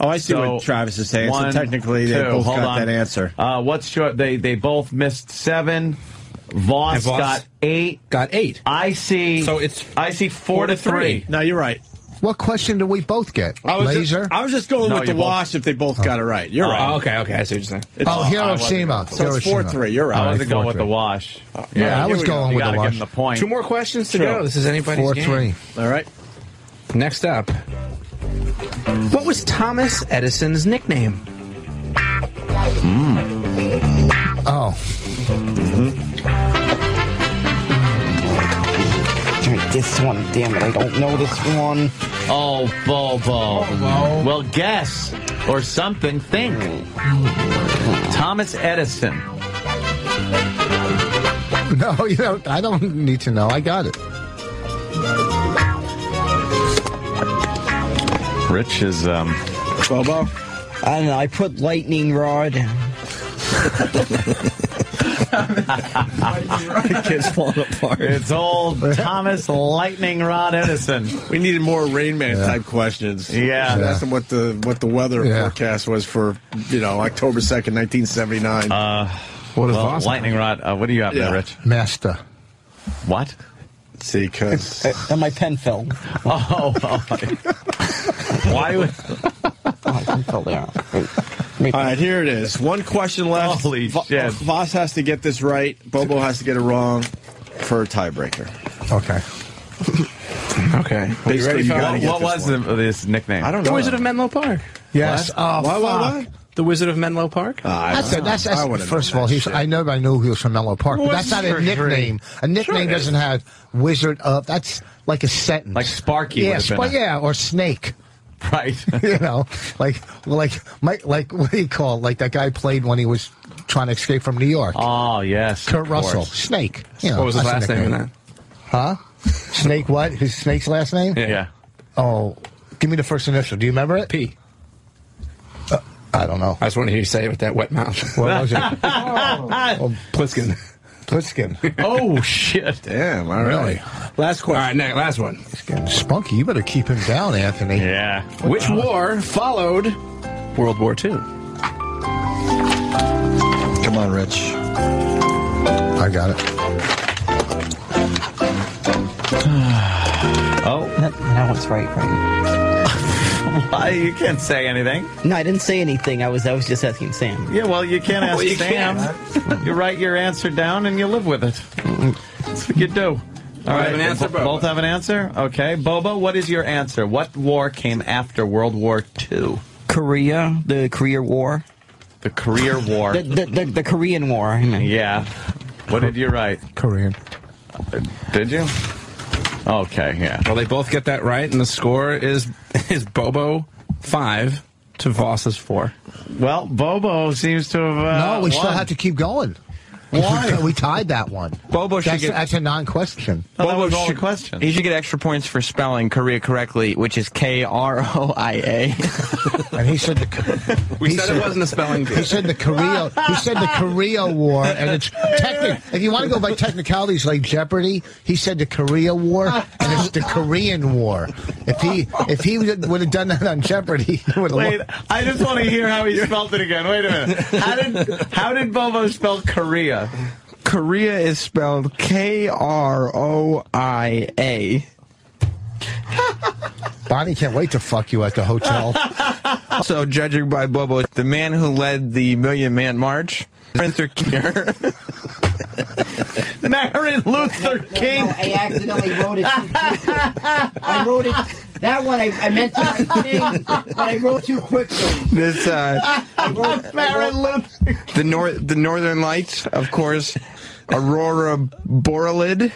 B: Oh, I see
C: So,
B: what Travis is saying.
C: one,
B: so technically, they
C: two.
B: both
C: Hold
B: got
C: on.
B: that answer.
C: Uh, what's your? They they both missed seven. Voss,
E: And Voss-
C: got eight.
E: Got eight.
C: I see.
E: So it's
C: I see four, to three.
B: No, you're right.
A: What question do we both get? Laser?
B: Just, I was just going
C: No,
B: with the
C: you both-
B: wash if they both got it right. You're right.
E: Oh, okay, okay. I see what you're saying.
A: oh, Hiroshima.
B: So Oh, it's four
A: Hiroshima.
B: three. You're
C: I
B: right.
C: wasn't going with the
A: three.
C: wash.
A: Yeah, I
B: here
A: was
B: we go.
A: going
C: You
A: with
C: got
A: the
C: to give him
A: wash.
C: the point.
E: Two more questions to
B: True.
E: go. This is anybody's
A: 4
E: game.
A: 3.
B: All right.
E: Next up, what was Thomas Edison's nickname?
A: Oh. <laughs>
D: Damn it, this one. Damn it, I don't know this one.
C: Oh, Bobo. Well, guess or something. Think. Thomas Edison.
A: No, you don't. I don't need to know. I got it.
C: Rich is <laughs> um.
B: Bobo.
D: I don't know. I put lightning rod. uh,
B: the kid's falling apart.
C: It's old <laughs> Thomas Lightning Rod Edison.
B: We needed more Rain Man type questions.
C: Yeah.
B: Should ask them what the what the weather
A: Yeah.
B: forecast was for you know October second, nineteen seventy nine.
C: Uh,
E: What is
C: Well,
E: Voss?
C: lightning Rod. Uh, what do you have
B: Yeah.
C: there, Rich?
A: Master.
C: What?
B: See, because
D: And my pen fell.
C: Oh, <laughs> why would?
D: Oh, my pen fell down.
B: all right, here it is. One question left.
C: Holy shit.
B: Voss has to get this right. Bobo has to get it wrong for a tiebreaker.
A: Okay.
E: Okay. Are you ready
B: you
E: for
B: gotta
E: it?
B: get
C: What
B: this
C: was the, this nickname?
B: I don't know.
E: The Wizard of Menlo Park.
A: Yes. Oh,
B: Why, why,
A: fuck.
B: why?
E: The Wizard of Menlo Park.
B: Uh, I
A: That's,
B: don't
A: a, that's,
B: know.
A: that's
B: I would've
A: first of
B: known
A: all,
B: that
A: he's,
B: shit.
A: I know I knew he was from Menlo Park, but that's not a nickname. A nickname doesn't have wizard of. That's like a sentence.
C: Like Sparky
A: Yeah,
C: would have been
A: Spar-
C: a-
A: yeah, or snake.
C: Right. <laughs>
A: You know, like like Mike, like what do you call it? like that guy played when he was trying to escape from New York.
C: Oh yes.
A: Kurt
C: of course.
A: Russell, Snake. You know,
E: what was his
A: that's
E: last
A: a
E: name in
A: nickname.
E: that?
A: Snake. What? His Snake's last name?
C: Yeah.
A: Oh, give me the first initial. Do you remember it?
E: P.
A: I don't know.
E: I just want to hear you say it with that wet mouth.
A: What
E: <laughs>
A: was it?
E: Oh.
A: Oh.
E: Pliskin.
A: Pliskin.
C: Oh shit.
B: Damn, all
A: Really?
B: right. Last
E: All
B: question.
E: right, next, last one.
A: Spunky, you better keep him down, Anthony.
C: Yeah.
E: Which war followed World War II?
B: Come on, Rich.
A: I got it.
C: Oh,
D: That, that one's right, right?
C: why you can't say anything?
D: No, I didn't say anything. I was I was just asking Sam.
C: Yeah. Well, you can't ask
E: Well, you
C: Sam. you write your answer down and you live with it. That's what you do. All right,
J: have an answer,
C: bo-
J: Boba.
C: both have an answer. Okay, Boba, what is your answer? What war came after World War II?
K: Korea, the Korea War,
C: The Korea War.
K: the the, the, the Korean War. I mean.
C: yeah. What did you write?
A: Korean.
C: Did you? Okay, yeah.
J: Well, they both get that right, and the score is is Bobo five to Voss's four.
C: Well, Bobo seems to have. Uh,
A: no, we still
C: won.
A: have to keep going. Why? <laughs> We, tied that one.
E: Bobo should
A: That's,
E: get-
A: that's a non-question.
C: Well, that was all the
E: should-
C: questions.
E: He should get extra points for spelling Korea correctly, which is K R O I A.
A: And he said the
J: We
A: He
J: said
A: said-
J: it wasn't a spelling bee.
A: he said the Korea he said the Korea War, and it's technic. If you want to go by technicalities like Jeopardy, he said the Korea War, and it's the Korean War. If he if he would have done that on Jeopardy, he would
C: Wait,
A: have.
C: I just want to hear how he spelled it again. Wait a minute. How did how did Bobo spell Korea?
E: Korea is spelled K R O I A.
A: Bonnie can't wait to fuck you at the hotel.
E: Also, judging by Bobo, the man who led the Million Man March, Printer Kinger.
J: <laughs>
C: Martin Luther
D: No,
C: King.
D: I accidentally wrote it. too quickly. I wrote it. That one I, I meant to write King, but I wrote too quickly.
E: This, uh,
D: I wrote, I
C: Martin
D: wrote,
C: Luther.
E: the, nor- the Northern Lights, of course. Aurora Borealid.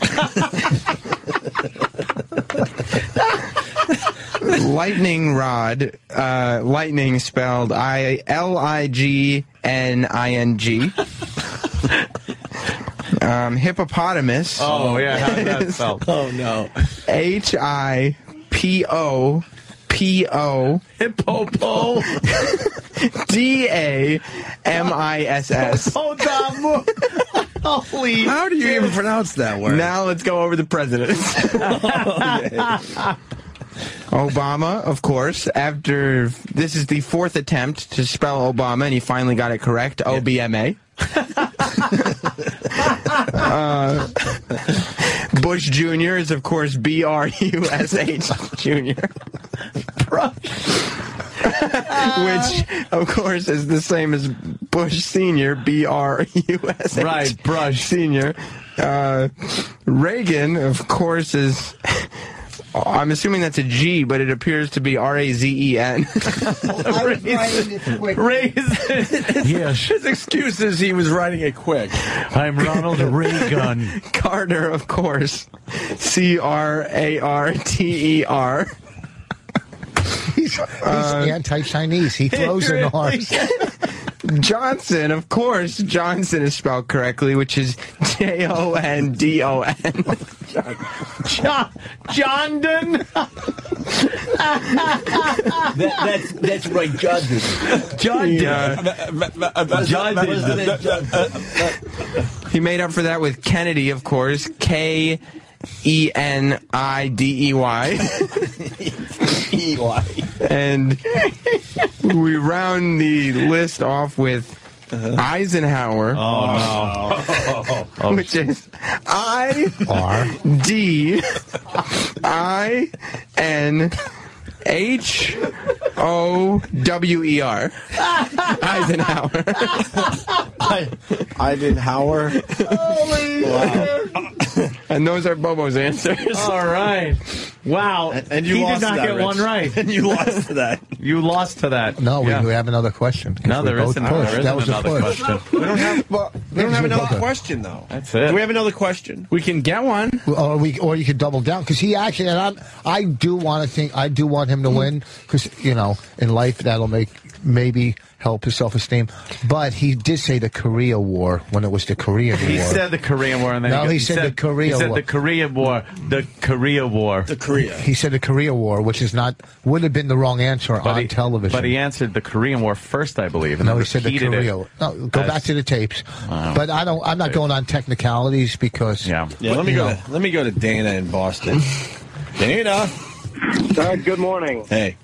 E: lightning Rod. Uh, lightning spelled I L I G N I N G. Um, hippopotamus.
C: Oh yeah, how did that spell?
B: Oh no.
E: H I P O P O
C: Hippopo.
E: D A M I S S.
C: Potamu. Holy.
B: How do you even pronounce that word?
E: Now let's go over the Oh, presidents. Obama, of course, after this is the fourth attempt to spell Obama, and he finally got it correct. O B M A. Uh, Bush Jr. is, of course, B R U S H Jr. Which, of course, is the same as Bush Sr. B R U S H.
C: Right, brush.
E: Sr. Uh, Reagan, of course, is. I'm assuming that's a G, but it appears to be R A Z E
D: I
E: N. <laughs>
D: was writing it quickly.
C: Raisin.
B: Yes. His excuse is he was writing it quick.
L: I'm Ronald Reagan.
E: Carter, of course. C R A R T E R.
A: He's, he's anti-Chinese. He throws in R's.
E: Johnson, of course. Johnson is spelled correctly, which is J O N D O N.
C: John. Johndon.
M: that's that's right, Judges.
C: Johndon.
E: He made up for that with Kennedy, of course. K E N I D E Y. And we round the list off with Eisenhower. Which is I D I N H O W E <laughs> R. Eisenhower.
B: Eisenhower. <laughs>
E: And those are Bobo's answers.
C: All right. Wow.
B: And you
C: he
B: lost
C: did not
B: that,
C: get
B: Rich.
C: one right.
B: you lost that.
C: You lost to that.
A: No, we,
C: Yeah.
A: we have another question.
C: No,
A: We
C: there
A: both
C: isn't.
A: pushed.
C: There
A: that
C: isn't
A: was a
C: another
A: push.
C: question.
B: We don't have. Well, we don't have another
A: Bobo.
B: question though.
C: That's it.
B: Do we have another question?
J: We can get one.
A: or we or you could double down because he actually and I'm I do want to think I do want him to win because you know in life that'll make maybe help his self esteem. But he did say the Korea War when it was the Korean
C: He
A: War.
C: said the Korean War, and then
A: No,
C: go-
A: he said the Korea
C: he said
A: War.
C: the Korea War. The Korea War.
B: The Korea.
A: he said the Korea War, which is not would have been the wrong answer on
C: he,
A: television.
C: But he answered the Korean War first, I believe. And
A: no,
C: then
A: he said the
C: repeated
A: Korea.
C: It.
A: War. No, go
C: That's-
A: back to the tapes. But I don't. I'm not going on technicalities because
C: Yeah. <laughs>
B: Yeah, let me
A: you
B: go.
A: know.
B: To, let me go to Dana in Boston. Dana.
N: Uh, good morning.
B: Hey.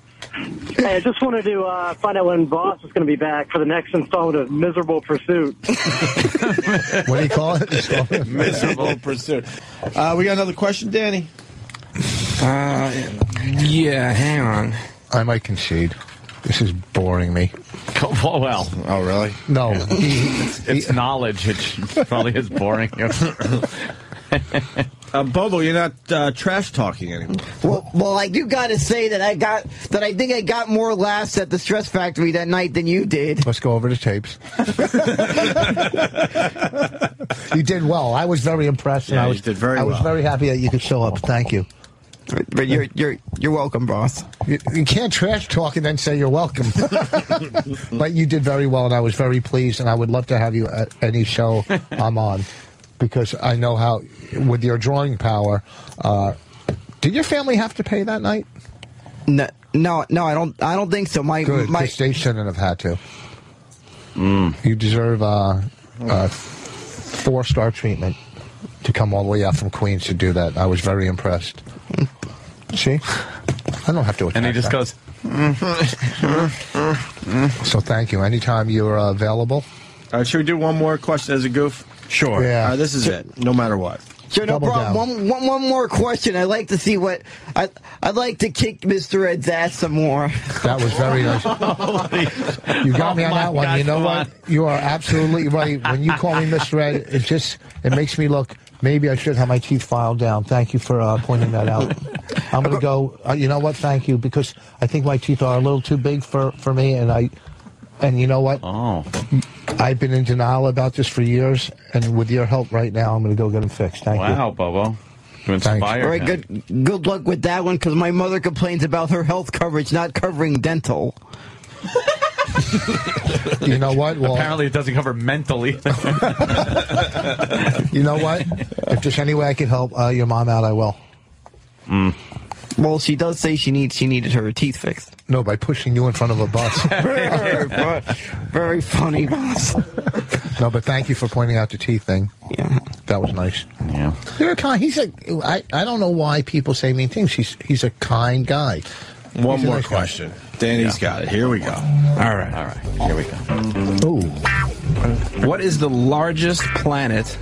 N: Hey, I just wanted to uh, find out when Boss is going to be back for the next installment of Miserable Pursuit.
A: What do you call it?
B: Miserable pursuit. Uh, we got another question, Danny. Uh,
J: Yeah, hang on.
A: I might concede. This is boring me.
C: Well, well,
B: Oh, really?
A: No, <laughs> he- he-
C: <laughs> it's knowledge. It probably is boring.
B: Uh, Bobo, you're not uh, trash talking anymore.
D: Well, well, I do got to say that I got that I think I got more laughs at the Stress Factory that night than you did.
A: Let's go over the <laughs> tapes. you did well. I was very impressed. and
D: Yeah,
A: I
D: you
A: was,
D: did very
A: I was
D: well.
A: very happy that you could show up. Thank you.
D: But you're you're you're welcome, boss.
A: You, you can't trash talk and then say you're welcome. <laughs> but you did very well, and I was very pleased. And I would love to have you at any show I'm on because I know how, with your drawing power. Uh, did your family have to pay that night?
D: No, no, no. I don't. I don't think so. My
A: Good.
D: my.
A: 'cause they shouldn't have had to.
C: Mm.
A: You deserve uh, uh, four star treatment to come all the way out from Queens to do that. I was very
C: <laughs>
A: impressed. See, I don't have to.
C: And he
A: attack
C: just
A: that.
C: goes.
A: So thank you. Anytime you're uh, available.
B: All right, should we do one more question as a goof? Sure.
A: Yeah.
B: Uh, this is it, no matter what.
D: Sure, no
A: Double
D: problem. One, one, one more question. I'd like to see what I I'd like to kick Mr. Ed's ass some more.
A: That was very
C: <laughs>
A: nice. You got me on that one. you know what? You are absolutely right. When you call me Mr. Ed, it just it makes me look. Maybe I should have my teeth filed down. Thank you for uh, pointing that out. I'm going to go. Uh, you know what? Thank you because I think my teeth are a little too big for for me, and I. And you know what?
C: <laughs> Oh.
A: I've been in denial about this for years, and with your help right now, I'm going to go get them fixed. Thank you.
C: Wow, Bobo. You inspired
D: All right,
C: him.
D: good good luck with that one because my mother complains about her health coverage not covering dental.
A: You know what? Well,
C: Apparently, it doesn't cover mentally. <laughs>
A: you know what? If there's any way I can help uh, your mom out, I will.
D: Well, she does say she needs she needed her
C: <laughs>
D: teeth fixed.
A: No, by pushing you in front of a bus.
D: very, fu- <laughs> very funny, boss.
A: No, but thank you for pointing out the tea thing.
D: Yeah.
A: That was nice.
C: yeah.
A: You're a kind. He's a. I, I don't know why people say mean things. He's he's a kind guy.
B: One
A: He's a
B: more
A: nice guy.
B: question. Danny's got it. Here we go.
E: All right.
C: All right, here we go.
A: Ooh.
E: What is the largest planet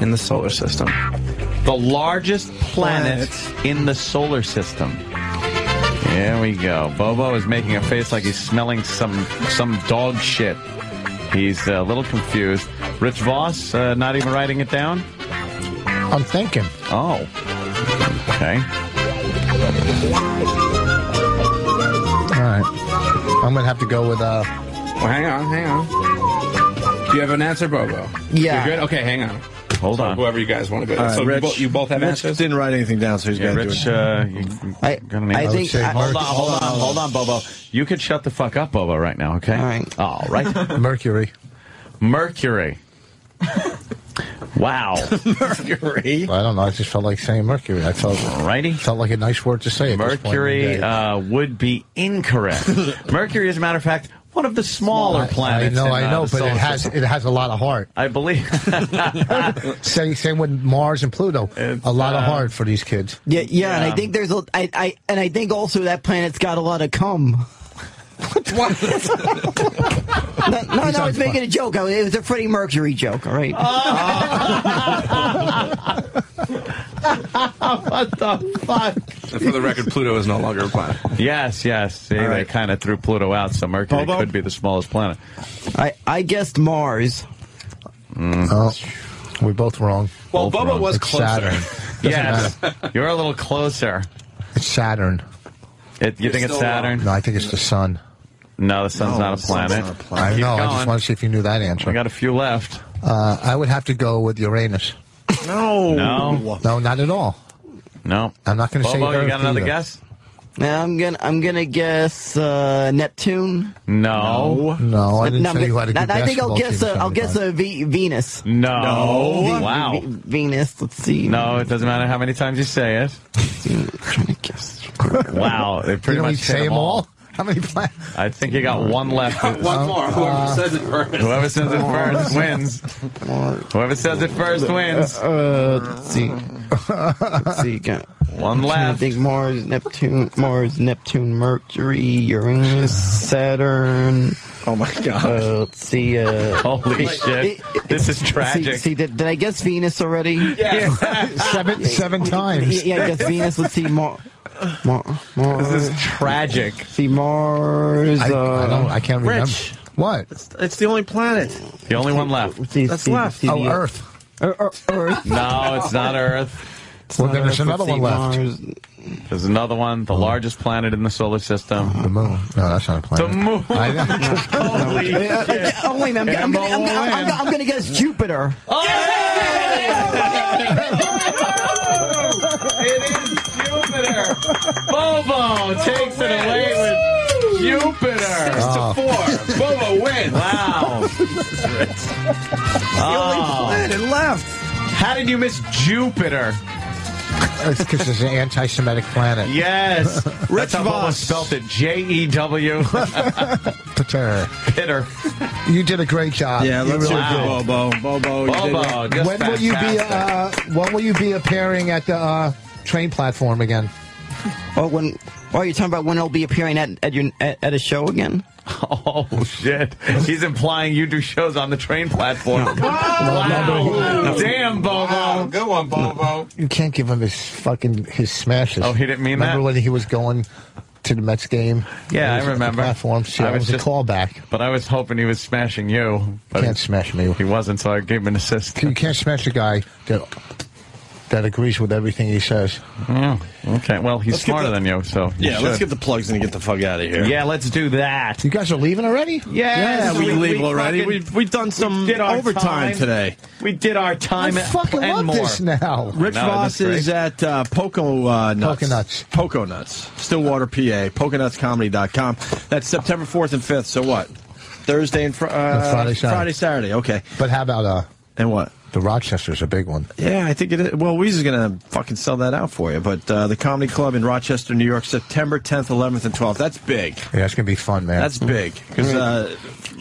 E: in the solar system?
C: The largest planet,
E: Planet.
C: in the solar system. Here we go. Bobo is making a face like he's smelling some some dog shit. He's uh, a little confused. Rich Voss, uh, not even writing it down.
A: I'm thinking.
C: Oh, okay.
A: All right. I'm gonna have to go with uh.
E: Well, hang on, hang on. Do you have an answer, Bobo?
D: Yeah.
E: You're good? Okay, hang on.
C: Hold on.
E: Whoever you guys want to go.
B: All right,
E: so you,
B: Rich,
E: bo- you both have
B: Rich
E: answers?
B: didn't write anything down, so he's got
C: Yeah,
B: to do
C: Rich,
B: it.
C: uh, you, you
D: I-
C: gonna need
D: I
C: to-
D: think-
A: say
D: I-
C: Hold on,
A: Merc-
C: hold on, hold on, Bobo. You could shut the fuck up, Bobo, right now, okay?
D: All right.
C: All
E: <laughs>
C: right.
A: Mercury.
C: Mercury.
A: <laughs>
C: wow.
B: Mercury.
A: I don't know. I just felt like saying Mercury. I felt
C: Righty.
A: felt like a nice word to say. At this point in the
C: Mercury
A: day.
C: uh, would be incorrect.
A: <laughs>
C: Mercury, as a matter of fact, one of the
A: I-
C: smaller planets.
A: I know,
C: in,
A: I
C: uh,
A: know,
C: the
A: but
C: solar
A: it has
C: system.
A: it has a lot of heart.
C: I believe. <laughs>
A: Same same with Mars and Pluto.
C: It's,
A: a lot of
C: uh,
A: heart for these kids.
D: Yeah, yeah, and
C: Yeah.
D: I think there's a I, I and I think also that planet's got a lot of
C: <laughs>
D: cum.
B: <laughs>
D: What? no, no, no, I was making a joke. I- It was a Freddie Mercury joke. All right.
C: Ah. what the fuck?
E: And for the record, Pluto is no longer a planet.
C: Yes, yes. See, They
E: right.
C: kind of threw Pluto out, so Mercury
B: Bobo?
C: could be the smallest planet.
D: I I guessed Mars.
C: Mm-hmm.
A: Oh, we're both wrong.
E: Well,
C: Both
E: Bobo
C: wrong.
E: was
A: it's
E: closer.
A: Saturn.
C: <laughs> yes. <laughs> You're a little closer.
A: It's Saturn.
C: It, you
E: You're
C: think it's
E: still wrong.
C: Saturn?
A: No, I think it's the sun.
C: No, the sun's
B: No,
C: not a
B: the sun's
C: planet.
B: not a planet.
A: I
C: Keep
A: know. I
C: going. Oh
A: just want to see if you knew that answer.
C: We got a few left.
A: Uh, I would have to go with Uranus.
B: No.
C: No.
A: No, not at all.
C: No.
A: I'm not going to say.
C: Bobo, you
A: Earth
C: got another
A: either.
C: guess?
D: Now I'm gonna I'm gonna guess uh, Neptune.
C: No.
A: No, I didn't
D: No, I'm
A: say
D: gonna-
A: you had a good
D: I- I think I'll
A: basketball
D: guess
A: team
D: a, I'll guess
A: sometime.
D: a v, Venus.
C: No.
D: Ve-
C: Wow.
D: Ve- Venus. Let's see.
C: No, it doesn't matter how many times you say it.
D: I'm trying to guess.
C: Wow, they
A: You
C: pretty
A: know, we
C: much hit
A: say them all. How many plants?
C: I think you got one left.
E: One more. Whoever says it first.
C: Whoever says it first wins. Whoever says it first wins.
D: Uh, let's see.
A: <laughs>
D: Let's see. Got,
C: One
D: I
C: left.
D: think Mars, Neptune, Mars, Neptune, Mercury, Uranus, Saturn.
B: Oh my God.
D: Uh, let's see. Uh,
C: Holy shit!
D: it- it-
C: This is
D: See,
C: tragic.
D: see did, did I guess Venus already? Yeah,
A: Seven, seven times.
D: yeah I guess Venus. Let's see. Mar- Mar- Mars.
C: This is tragic.
D: see Mars.
A: I,
D: uh,
A: I don't. I can't remember.
B: Rich.
A: What?
B: It's the only planet.
C: The only one left.
D: Let's see,
B: That's
D: see,
B: left.
D: see uh,
A: Oh,
D: the-
A: Earth. <laughs>
O: Earth.
C: No, it's not Earth.
A: Well, then there's another one left.
C: There's another one, the largest planet in the solar system.
A: The moon. No, that's not a
C: The
A: planet.
C: moon.
A: I know. <laughs>
C: <laughs> Holy shit.
D: <laughs> Oh, wait a minute. I'm, gonna- I'm, gonna- I'm, gonna- I'm gonna guess Jupiter.
B: Oh.
C: Bobo takes it away with Jupiter. Six
A: Oh.
C: to four. Bobo wins. Wow. Oh.
E: left.
C: How did you miss Jupiter?
A: It's because it's an anti-Semitic planet.
C: Yes. That's how Bobo
E: Voss.
C: spelt it. J E W.
A: Pater.
C: Pitter.
A: You did a great job.
E: Yeah,
A: you
E: let's
A: really
E: hear
A: did.
E: it, Bobo. Bobo, you did
C: Bobo,
E: well.
C: just
A: when will you be?
C: fantastic. <laughs>
A: Uh, when will you be appearing at the uh, train platform again?
D: Oh, when? Oh, you're talking about when I'll be appearing at at, your, at, at a show again?
C: Oh shit! He's implying you do shows on the train platform. wow! Damn, Bobo.
E: good one,
B: Oh,
E: Bobo.
A: You can't give him his fucking his smashes.
C: Oh, he didn't mean
A: remember
C: that?
A: when he was going to the Mets game?
C: Yeah,
A: He
C: I
A: was at the
C: remember.
A: Platform. See,
C: I
A: that
C: was
A: was,
C: just-
A: a callback.
C: But I was hoping he was smashing you. But
A: Can't smash me.
C: He wasn't, so I gave him an assist.
A: You can't smash a guy that that agrees with everything he says.
C: Oh, okay. Well, he's
B: Let's get
C: smarter
B: the-
C: than you, so you
B: Yeah, let's
C: should.
B: get the plugs in and get the fuck out of here.
C: Yeah, let's do that.
A: You guys are leaving already?
C: Yes,
B: Yeah, we, leave already.
C: fucking-
B: we've, we've done some
C: did our
B: overtime
C: time.
B: today.
C: we did our time.
A: I fucking
C: and
A: love
C: more.
A: this now.
B: Rich
C: No,
B: Voss
C: that's
B: is
C: great.
B: at uh, Poco uh, Nuts.
A: Poconuts.
B: Poco Nuts. Stillwater, PA. PoconutsComedy.com. That's September 4th and 5th. So what? Thursday and, fr- uh,
A: Friday, Saturday.
B: Friday, Saturday. Okay.
A: But how about uh,
B: And what?
A: the Rochester's a big one.
B: Yeah, I think it is. Well, Weezer's going to fucking sell that out for you. But uh, the Comedy Club in Rochester, New York, September 10th, 11th, and 12th. That's big.
A: Yeah, it's gonna be fun, man.
B: That's big. Because uh,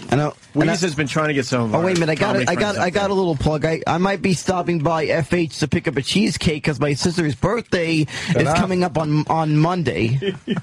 D: And I, Mm-hmm. and I,
B: Weez has been trying to get some of
D: oh
B: our
D: wait a minute, I got
B: comedy
D: a, I
B: friends
D: got
B: up
D: I got
B: there.
D: a little plug. I, I might be stopping by FH to pick up a cheesecake because my sister's birthday is
A: up.
D: coming up on on Monday.
B: <laughs>
D: Y-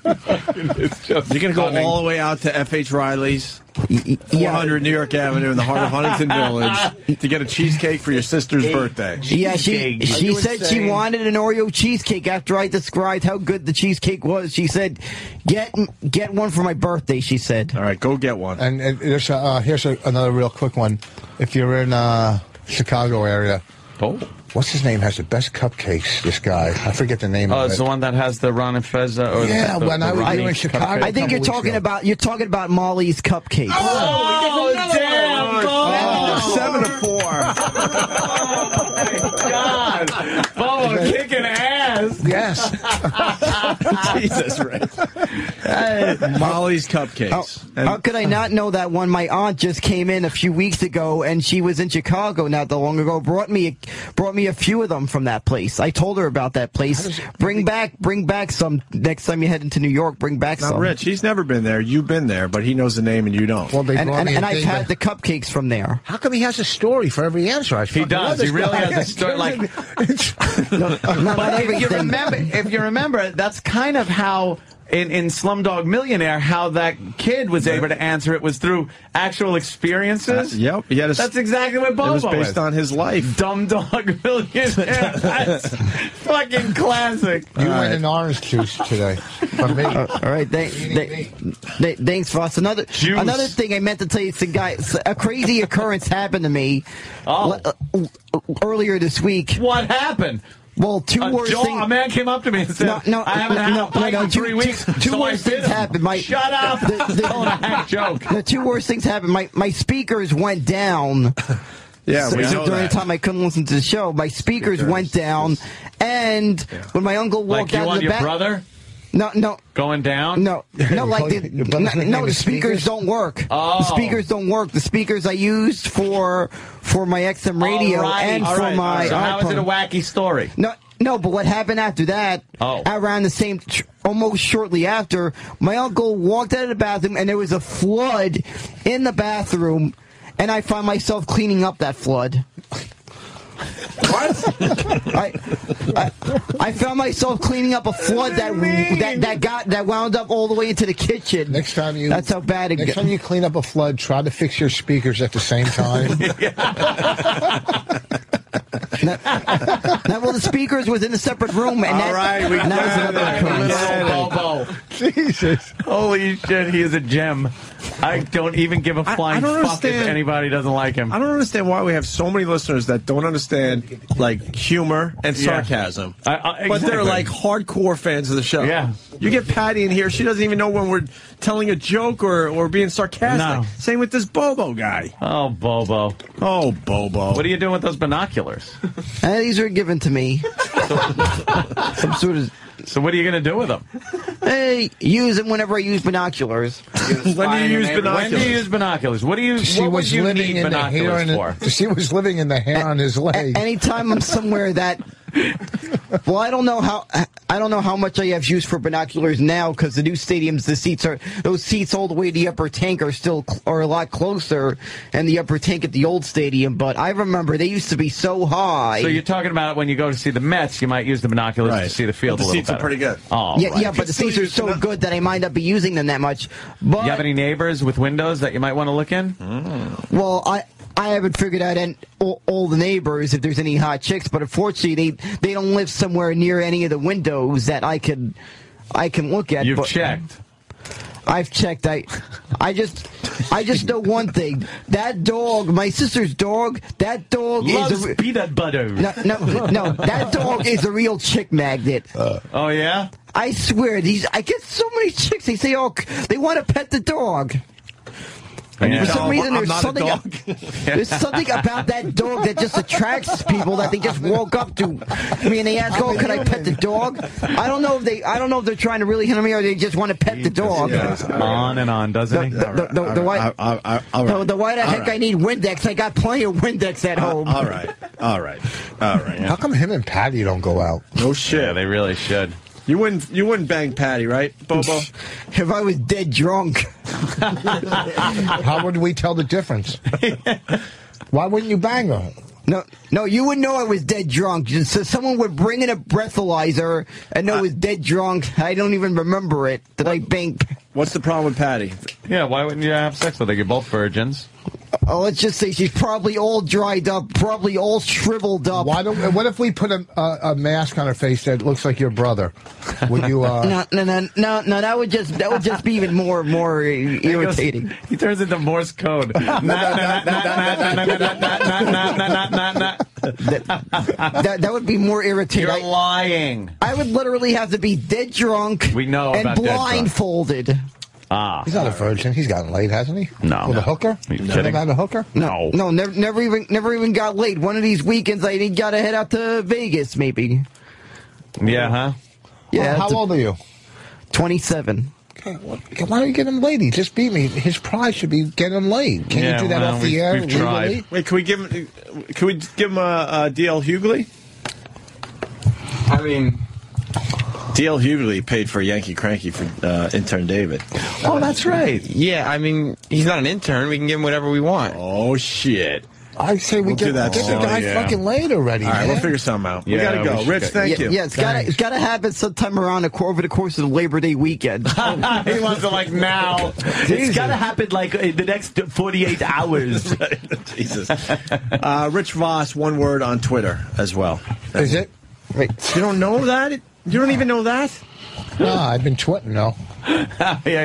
B: You're going to go all the way out to FH Riley's,
D: y- yeah.
B: 400 New York Avenue in the
D: <laughs>
B: heart of Huntington Village to get a cheesecake for your sister's birthday.
D: Yeah, she
C: Cheesecake.
D: she
B: you
D: said she
B: insane?
D: wanted an Oreo cheesecake after I described how good the cheesecake was. She said, "Get get one for my birthday." She said.
B: All right, go get one.
A: And, and there's a, uh, here's a, another real quick one. If you're in uh, Chicago area,
C: Oh,
A: what's his name has the best cupcakes? This guy, I forget the name
C: oh,
A: of
C: it's
A: it.
C: the one that has the Ron and Fez. uh, Or the-
A: Yeah,
C: the,
A: when
C: the
A: I was
C: Ronnie
A: doing Chicago-
D: I
C: cupcake.
D: think you're
A: Couple weeks
D: talking
A: ago.
D: about you're talking about Molly's cupcakes.
C: Oh, damn! Bobo.
D: Oh.
B: Seven to four. <laughs>
C: God, Bobo kicking ass.
A: <laughs> Yes,
B: Jesus, Rick. Molly's Cupcakes. And-
D: How could I not know that one? My aunt just came in a few weeks ago, and she was in Chicago not that long ago. brought me brought me a few of them from that place. I told her about that place. Bring back, bring back some next time you head into New York. Bring back
B: Now,
D: some.
B: Rich, he's never been there. You've been there, but he knows the name and you don't.
A: well, they
D: And
A: brought
D: and,
A: me a
D: and I've
A: thing that-
D: had the cupcakes from there.
A: How come he has a story for every answer? I
C: He does. He really has
A: <laughs>
C: a story. Like
D: Not, not
C: But if you
D: everything.
C: remember, if you remember, that's kind of how in in Slumdog Millionaire, how that kid was able to answer it was through actual experiences.
B: Uh, yep, he had a s-
C: that's exactly what
B: it
C: Bobo
B: was based
C: is.
B: on his life.
C: Dumb Dog
B: <laughs>
C: Millionaire. That's fucking classic.
A: you went in orange juice today. For me.
C: Uh,
D: All right, thank, th- th- thanks, Ross. Another
C: Juice.
D: another thing I meant to tell you, some guy, s- a crazy occurrence happened to me
C: Oh.
D: le- uh, earlier this week.
C: What happened?
D: Well, two
C: A,
D: words.
C: jo- a man came up to me and said,
D: No, no,
C: "I haven't
D: no,
C: had
D: no,
C: a bike
D: no,
C: in
D: two-
C: three weeks."
D: two- two
C: so I
D: worse
C: bit
D: things
C: him.
D: happened, Mike.
C: Shut up! <laughs>
D: The- the-
C: Don't hack joke.
D: The two worst things happened. My my speakers
C: <laughs>
D: went down.
B: Yeah,
D: So-
B: we
D: so
B: know
D: during
B: that.
D: the time I couldn't listen to the show, my speakers went down, and when my uncle
C: Like
D: walked
C: you
D: out
C: want
D: in the
C: your
D: back,
C: brother
D: no, no,
C: going down?
D: no, no,
A: <laughs>
D: like the,
A: Your brother's
D: no,
A: nickname
D: no, the
A: is
D: speakers
A: Speakers?
D: don't work.
C: Oh.
D: The speakers don't work. The speakers I used for for my XM radio
C: All right,
D: and
C: all
D: for
C: right.
D: my
C: So how is
D: iPhone.
C: it a wacky story?
D: No, no. But what happened after that?
C: Oh.
D: Around the same, almost shortly after, my uncle walked out of the bathroom, and there was a flood in the bathroom, and I found myself cleaning up that flood. What? I, I I found myself cleaning up a flood that that that got that wound up all the way into the kitchen.
A: Next time you.
D: That's how bad it
A: Next
D: got.
A: time you clean up a flood, try to fix your speakers at the same
C: <laughs>
A: time.
D: Now, well, the speakers was in a separate room, and
B: All
D: that,
B: right, we
D: and that was
B: got
D: another
B: it.
D: occurrence.
B: Little
C: Bobo.
A: Jesus.
C: Holy shit, he is a gem. I don't even give a
B: I- I
C: flying
B: don't
C: fuck if
B: understand.
C: anybody doesn't like him.
B: I don't understand why we have so many listeners that don't understand like humor and
C: Yeah.
B: sarcasm,
C: I- I-
B: but they're
C: exactly.
B: like hardcore fans of the show.
C: Yeah.
B: you get Patty in here; she doesn't even know when we're telling a joke or, or being sarcastic.
C: No.
B: Same with this Bobo guy.
C: Oh, Bobo.
B: Oh, Bobo.
C: What are you doing with those binoculars?
D: Eh, these were given to me. Some sort of.
C: So what are you going to do with them?
D: Hey, use them whenever I use binoculars.
B: when
C: do you use binoculars? When do you use binoculars? What do you?
A: She
C: what
A: was
C: would you
A: living
C: need
A: in the hair. In
C: binoculars for?
A: she was living in the hair on his leg.
D: Anytime I'm somewhere that. Well, I don't know how I don't know how much I have used for binoculars now because the new stadiums, the seats are those seats all the way to the upper tank are still cl- are a lot closer, and the upper tank at the old stadium. But I remember they used to be so high.
C: So you're talking about when you go to see the Mets, you might use the binoculars to see the field
B: But
C: a
B: the
C: little
B: seats are
C: better.
B: pretty good.
C: Oh,
D: yeah, yeah, but the seats are so good that I might not be using them that much. But
C: You have any neighbors with windows that you might want to look in?
B: Mm-hmm.
D: Well, I I haven't figured out and all, all the neighbors if there's any hot chicks, but unfortunately they they don't live somewhere near any of the windows that I could I can look at.
C: You've
D: but-
C: checked.
D: I've checked. I I just I just know one thing. That dog, my sister's dog, that dog is
C: Loves
D: a, re-
C: peanut butter.
D: no, no no that dog is a real chick magnet.
C: Oh yeah.
D: I swear these I get so many chicks they say oh c- they want to pet the dog.
C: And you
D: For
C: tell
D: some
C: 'em,
D: reason,
C: "I'm
D: there's
C: not a
D: something,
C: dog."
D: <laughs> there's something about that dog that just attracts people that they just walk up to. I mean, they ask, "Oh, can I pet the dog?" I don't know if they, I don't know if they're trying to really hit me or they just want to pet the dog.
C: on and on, doesn't he?
D: The, the, the, the, why,
B: I, I, all Uh,
D: the, the why the heck I need Windex? I got plenty of Windex at home.
B: all right, all right, all right.
A: How come him and Patty don't go
C: <laughs>
A: out?
B: No shit.
C: Yeah, they really should.
B: You wouldn't you wouldn't bang Patty, right, <laughs> Bobo?
D: If I was dead drunk,
A: How would we tell the
C: <laughs>
A: difference? Why wouldn't you bang her?
D: no, no, you would know I was dead drunk. Just- So someone would bring in a breathalyzer and know I was dead drunk. I don't even remember it. Did I bank?
B: What's the problem with Patty?
C: Yeah, why wouldn't you have sex with her? You're both virgins.
D: Oh, let's just say she's probably all dried up, probably all shriveled up.
A: Why don't? What if we put a, a, a mask on her face that looks like your brother? Would you? Uh,
D: <laughs> No, no, no, no, no. That would just that would just be even more
C: <laughs>
D: more irritating.
C: He turns into Morse
B: <laughs>
C: code. Nah, nah, nah, nah, nah, nah, nah, nah, nah, nah, nah, nah, nah, nah.
D: That that would be more irritating.
C: You're
D: I,
C: lying.
D: I would literally have to be dead drunk.
C: We know
D: and
C: about dead drunk.
D: blindfolded.
C: Ah,
A: he's not a virgin. He's gotten laid, hasn't he?
C: No.
A: With a hooker?
C: Are you
A: Never
C: kidding?
A: had a hooker?
C: no.
D: No, never, never even never even got late. One of these weekends, I got to head out to Vegas, maybe.
C: Yeah, huh?
D: Yeah,
A: How old are you?
D: Twenty-seven.
A: Okay, well, Why don't you get him laid? He just beat me. His prize should be get him laid. Can
C: Yeah,
A: you do that
C: well,
A: off the
C: we've-
A: air?
C: we've tried.
A: legally?
B: Wait, can we give him? Can we give him a, a DL Hughley?
F: I mean,
B: DL Hughley paid for Yankee Cranky for uh, intern David.
C: Oh, that's right.
F: yeah, I mean, he's not an intern. We can give him whatever we want.
B: Oh shit!
A: I say we
B: We'll
A: get,
B: do that
A: get the
B: soon.
A: guy
B: Yeah.
A: fucking laid already.
B: All right,
A: man.
B: we'll figure something out. we
C: Yeah, we
B: gotta
C: should
B: go, Rich.
C: get-
B: Thank
D: yeah,
B: you.
D: yeah, it's gotta
A: Thanks.
D: it's gotta happen sometime around the cor- over the course of the Labor Day
C: <laughs>
D: weekend.
C: he wants it like now. It's got to happen like in the next 48 hours.
B: <laughs> Jesus. Uh, Rich Voss, one word on Twitter as well.
A: Is it?
B: You don't know that? You don't even know that?
A: No, I've been twitting though.
C: yeah,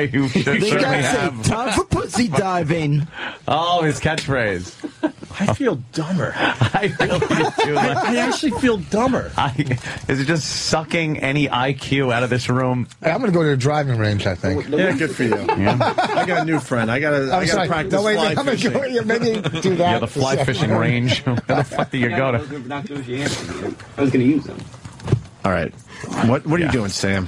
B: <laughs>
C: you should
D: they
C: certainly
D: gotta
C: have.
D: say time for pussy diving.
C: Oh, his catchphrase.
B: I feel dumber.
C: <laughs> I really do. like-
B: I actually feel dumber.
C: I, is it just sucking any IQ out of this room?
A: Hey, I'm going to go to the driving range. I think.
B: Yeah, good for you. I got a new friend. I got to.
A: I'm
B: I got to
A: sorry.
B: practice
A: no, wait,
B: fly
A: I'm gonna
B: fishing.
A: Go, yeah, maybe do that.
C: Yeah, the
A: <laughs>
C: fly
A: for
C: fishing
A: second.
C: range. <laughs> Where the fuck do you go
P: I
C: to?
P: was going to use them.
B: All right. What What are
C: Yeah.
B: you doing, Sam?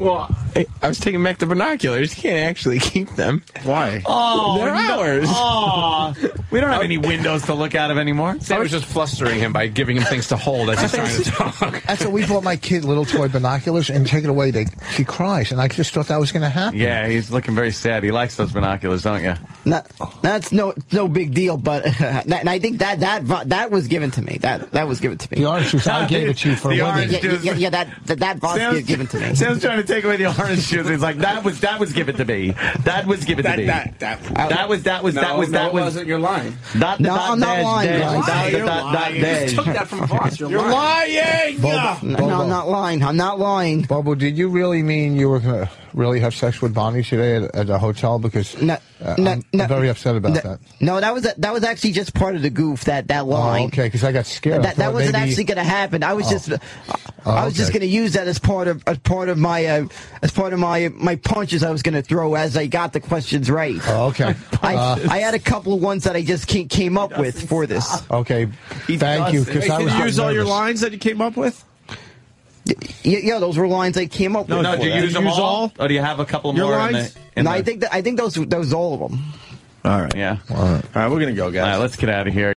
F: Well, I, I was taking back the binoculars. You can't actually keep them.
B: Why?
C: Oh,
F: They're ours.
C: Aw. we don't have any windows to look out of anymore.
E: Sam was just flustering him by giving him things to hold as he's trying to talk.
A: That's what we bought my kid little toy binoculars and take it away. They, she cries, and I just thought that was going to happen.
C: Yeah, he's looking very sad. He likes those binoculars, don't you?
D: Not, that's no no big deal, but <laughs> and I think that that vi- that was given to me. That that was given to me.
A: The orange juice I gave it to you for
C: The
A: a
C: orange
A: winning.
D: yeah, yeah, yeah, that that, that boss was given to me.
C: Sam's trying to take away the orange juice. It's like that was that was given to me. That was given
E: That-
C: to me.
E: that- that-
C: That was that was
E: No,
C: that was
E: no,
C: that
E: it
C: was.
E: wasn't. You're lying.
C: Dot,
E: No,
C: dot,
E: I'm not
C: dash,
E: lying.
C: dash,
E: You're
C: dot,
E: lying.
C: dot,
E: You're
C: dot,
E: lying.
C: dot,
E: You just
C: dash.
E: took that from Voss. You're
A: You're
E: lying.
D: No, I'm not lying. I'm not lying.
A: Bobo, did you really mean you were going to really have sex with Bonnie today at, at the hotel? Because uh,
D: no,
A: I'm, I'm
D: no.
A: very upset about
D: No,
A: that.
D: No, that was that was actually just part of the goof. That that line.
A: Oh, okay, because I got scared. I
D: That, that
A: thought
D: wasn't
A: maybe-
D: actually going to happen. I was
A: Oh.
D: just,
A: Oh,
D: I was just
A: okay.
D: going to use that as part of as part of my uh, as part of my my punches I was going to throw as I got the questions right.
A: Oh, okay.
D: <laughs> I,
A: Uh,
D: I had a couple of ones that I just ca- came up with for this.
A: Okay, thank you. Because I was
D: Did you use all your
A: nervous.
E: lines that you came up with?
D: Yeah, yeah, those were lines I came up
C: No,
D: with.
C: no.
D: for
C: Do you
D: that.
C: use them all, or do you have a couple more? In the, in
D: no,
C: the,
D: I think that, I think those those all of them.
B: All right.
C: Yeah.
B: All right, we're going to go, guys.
C: All right, let's get out of here.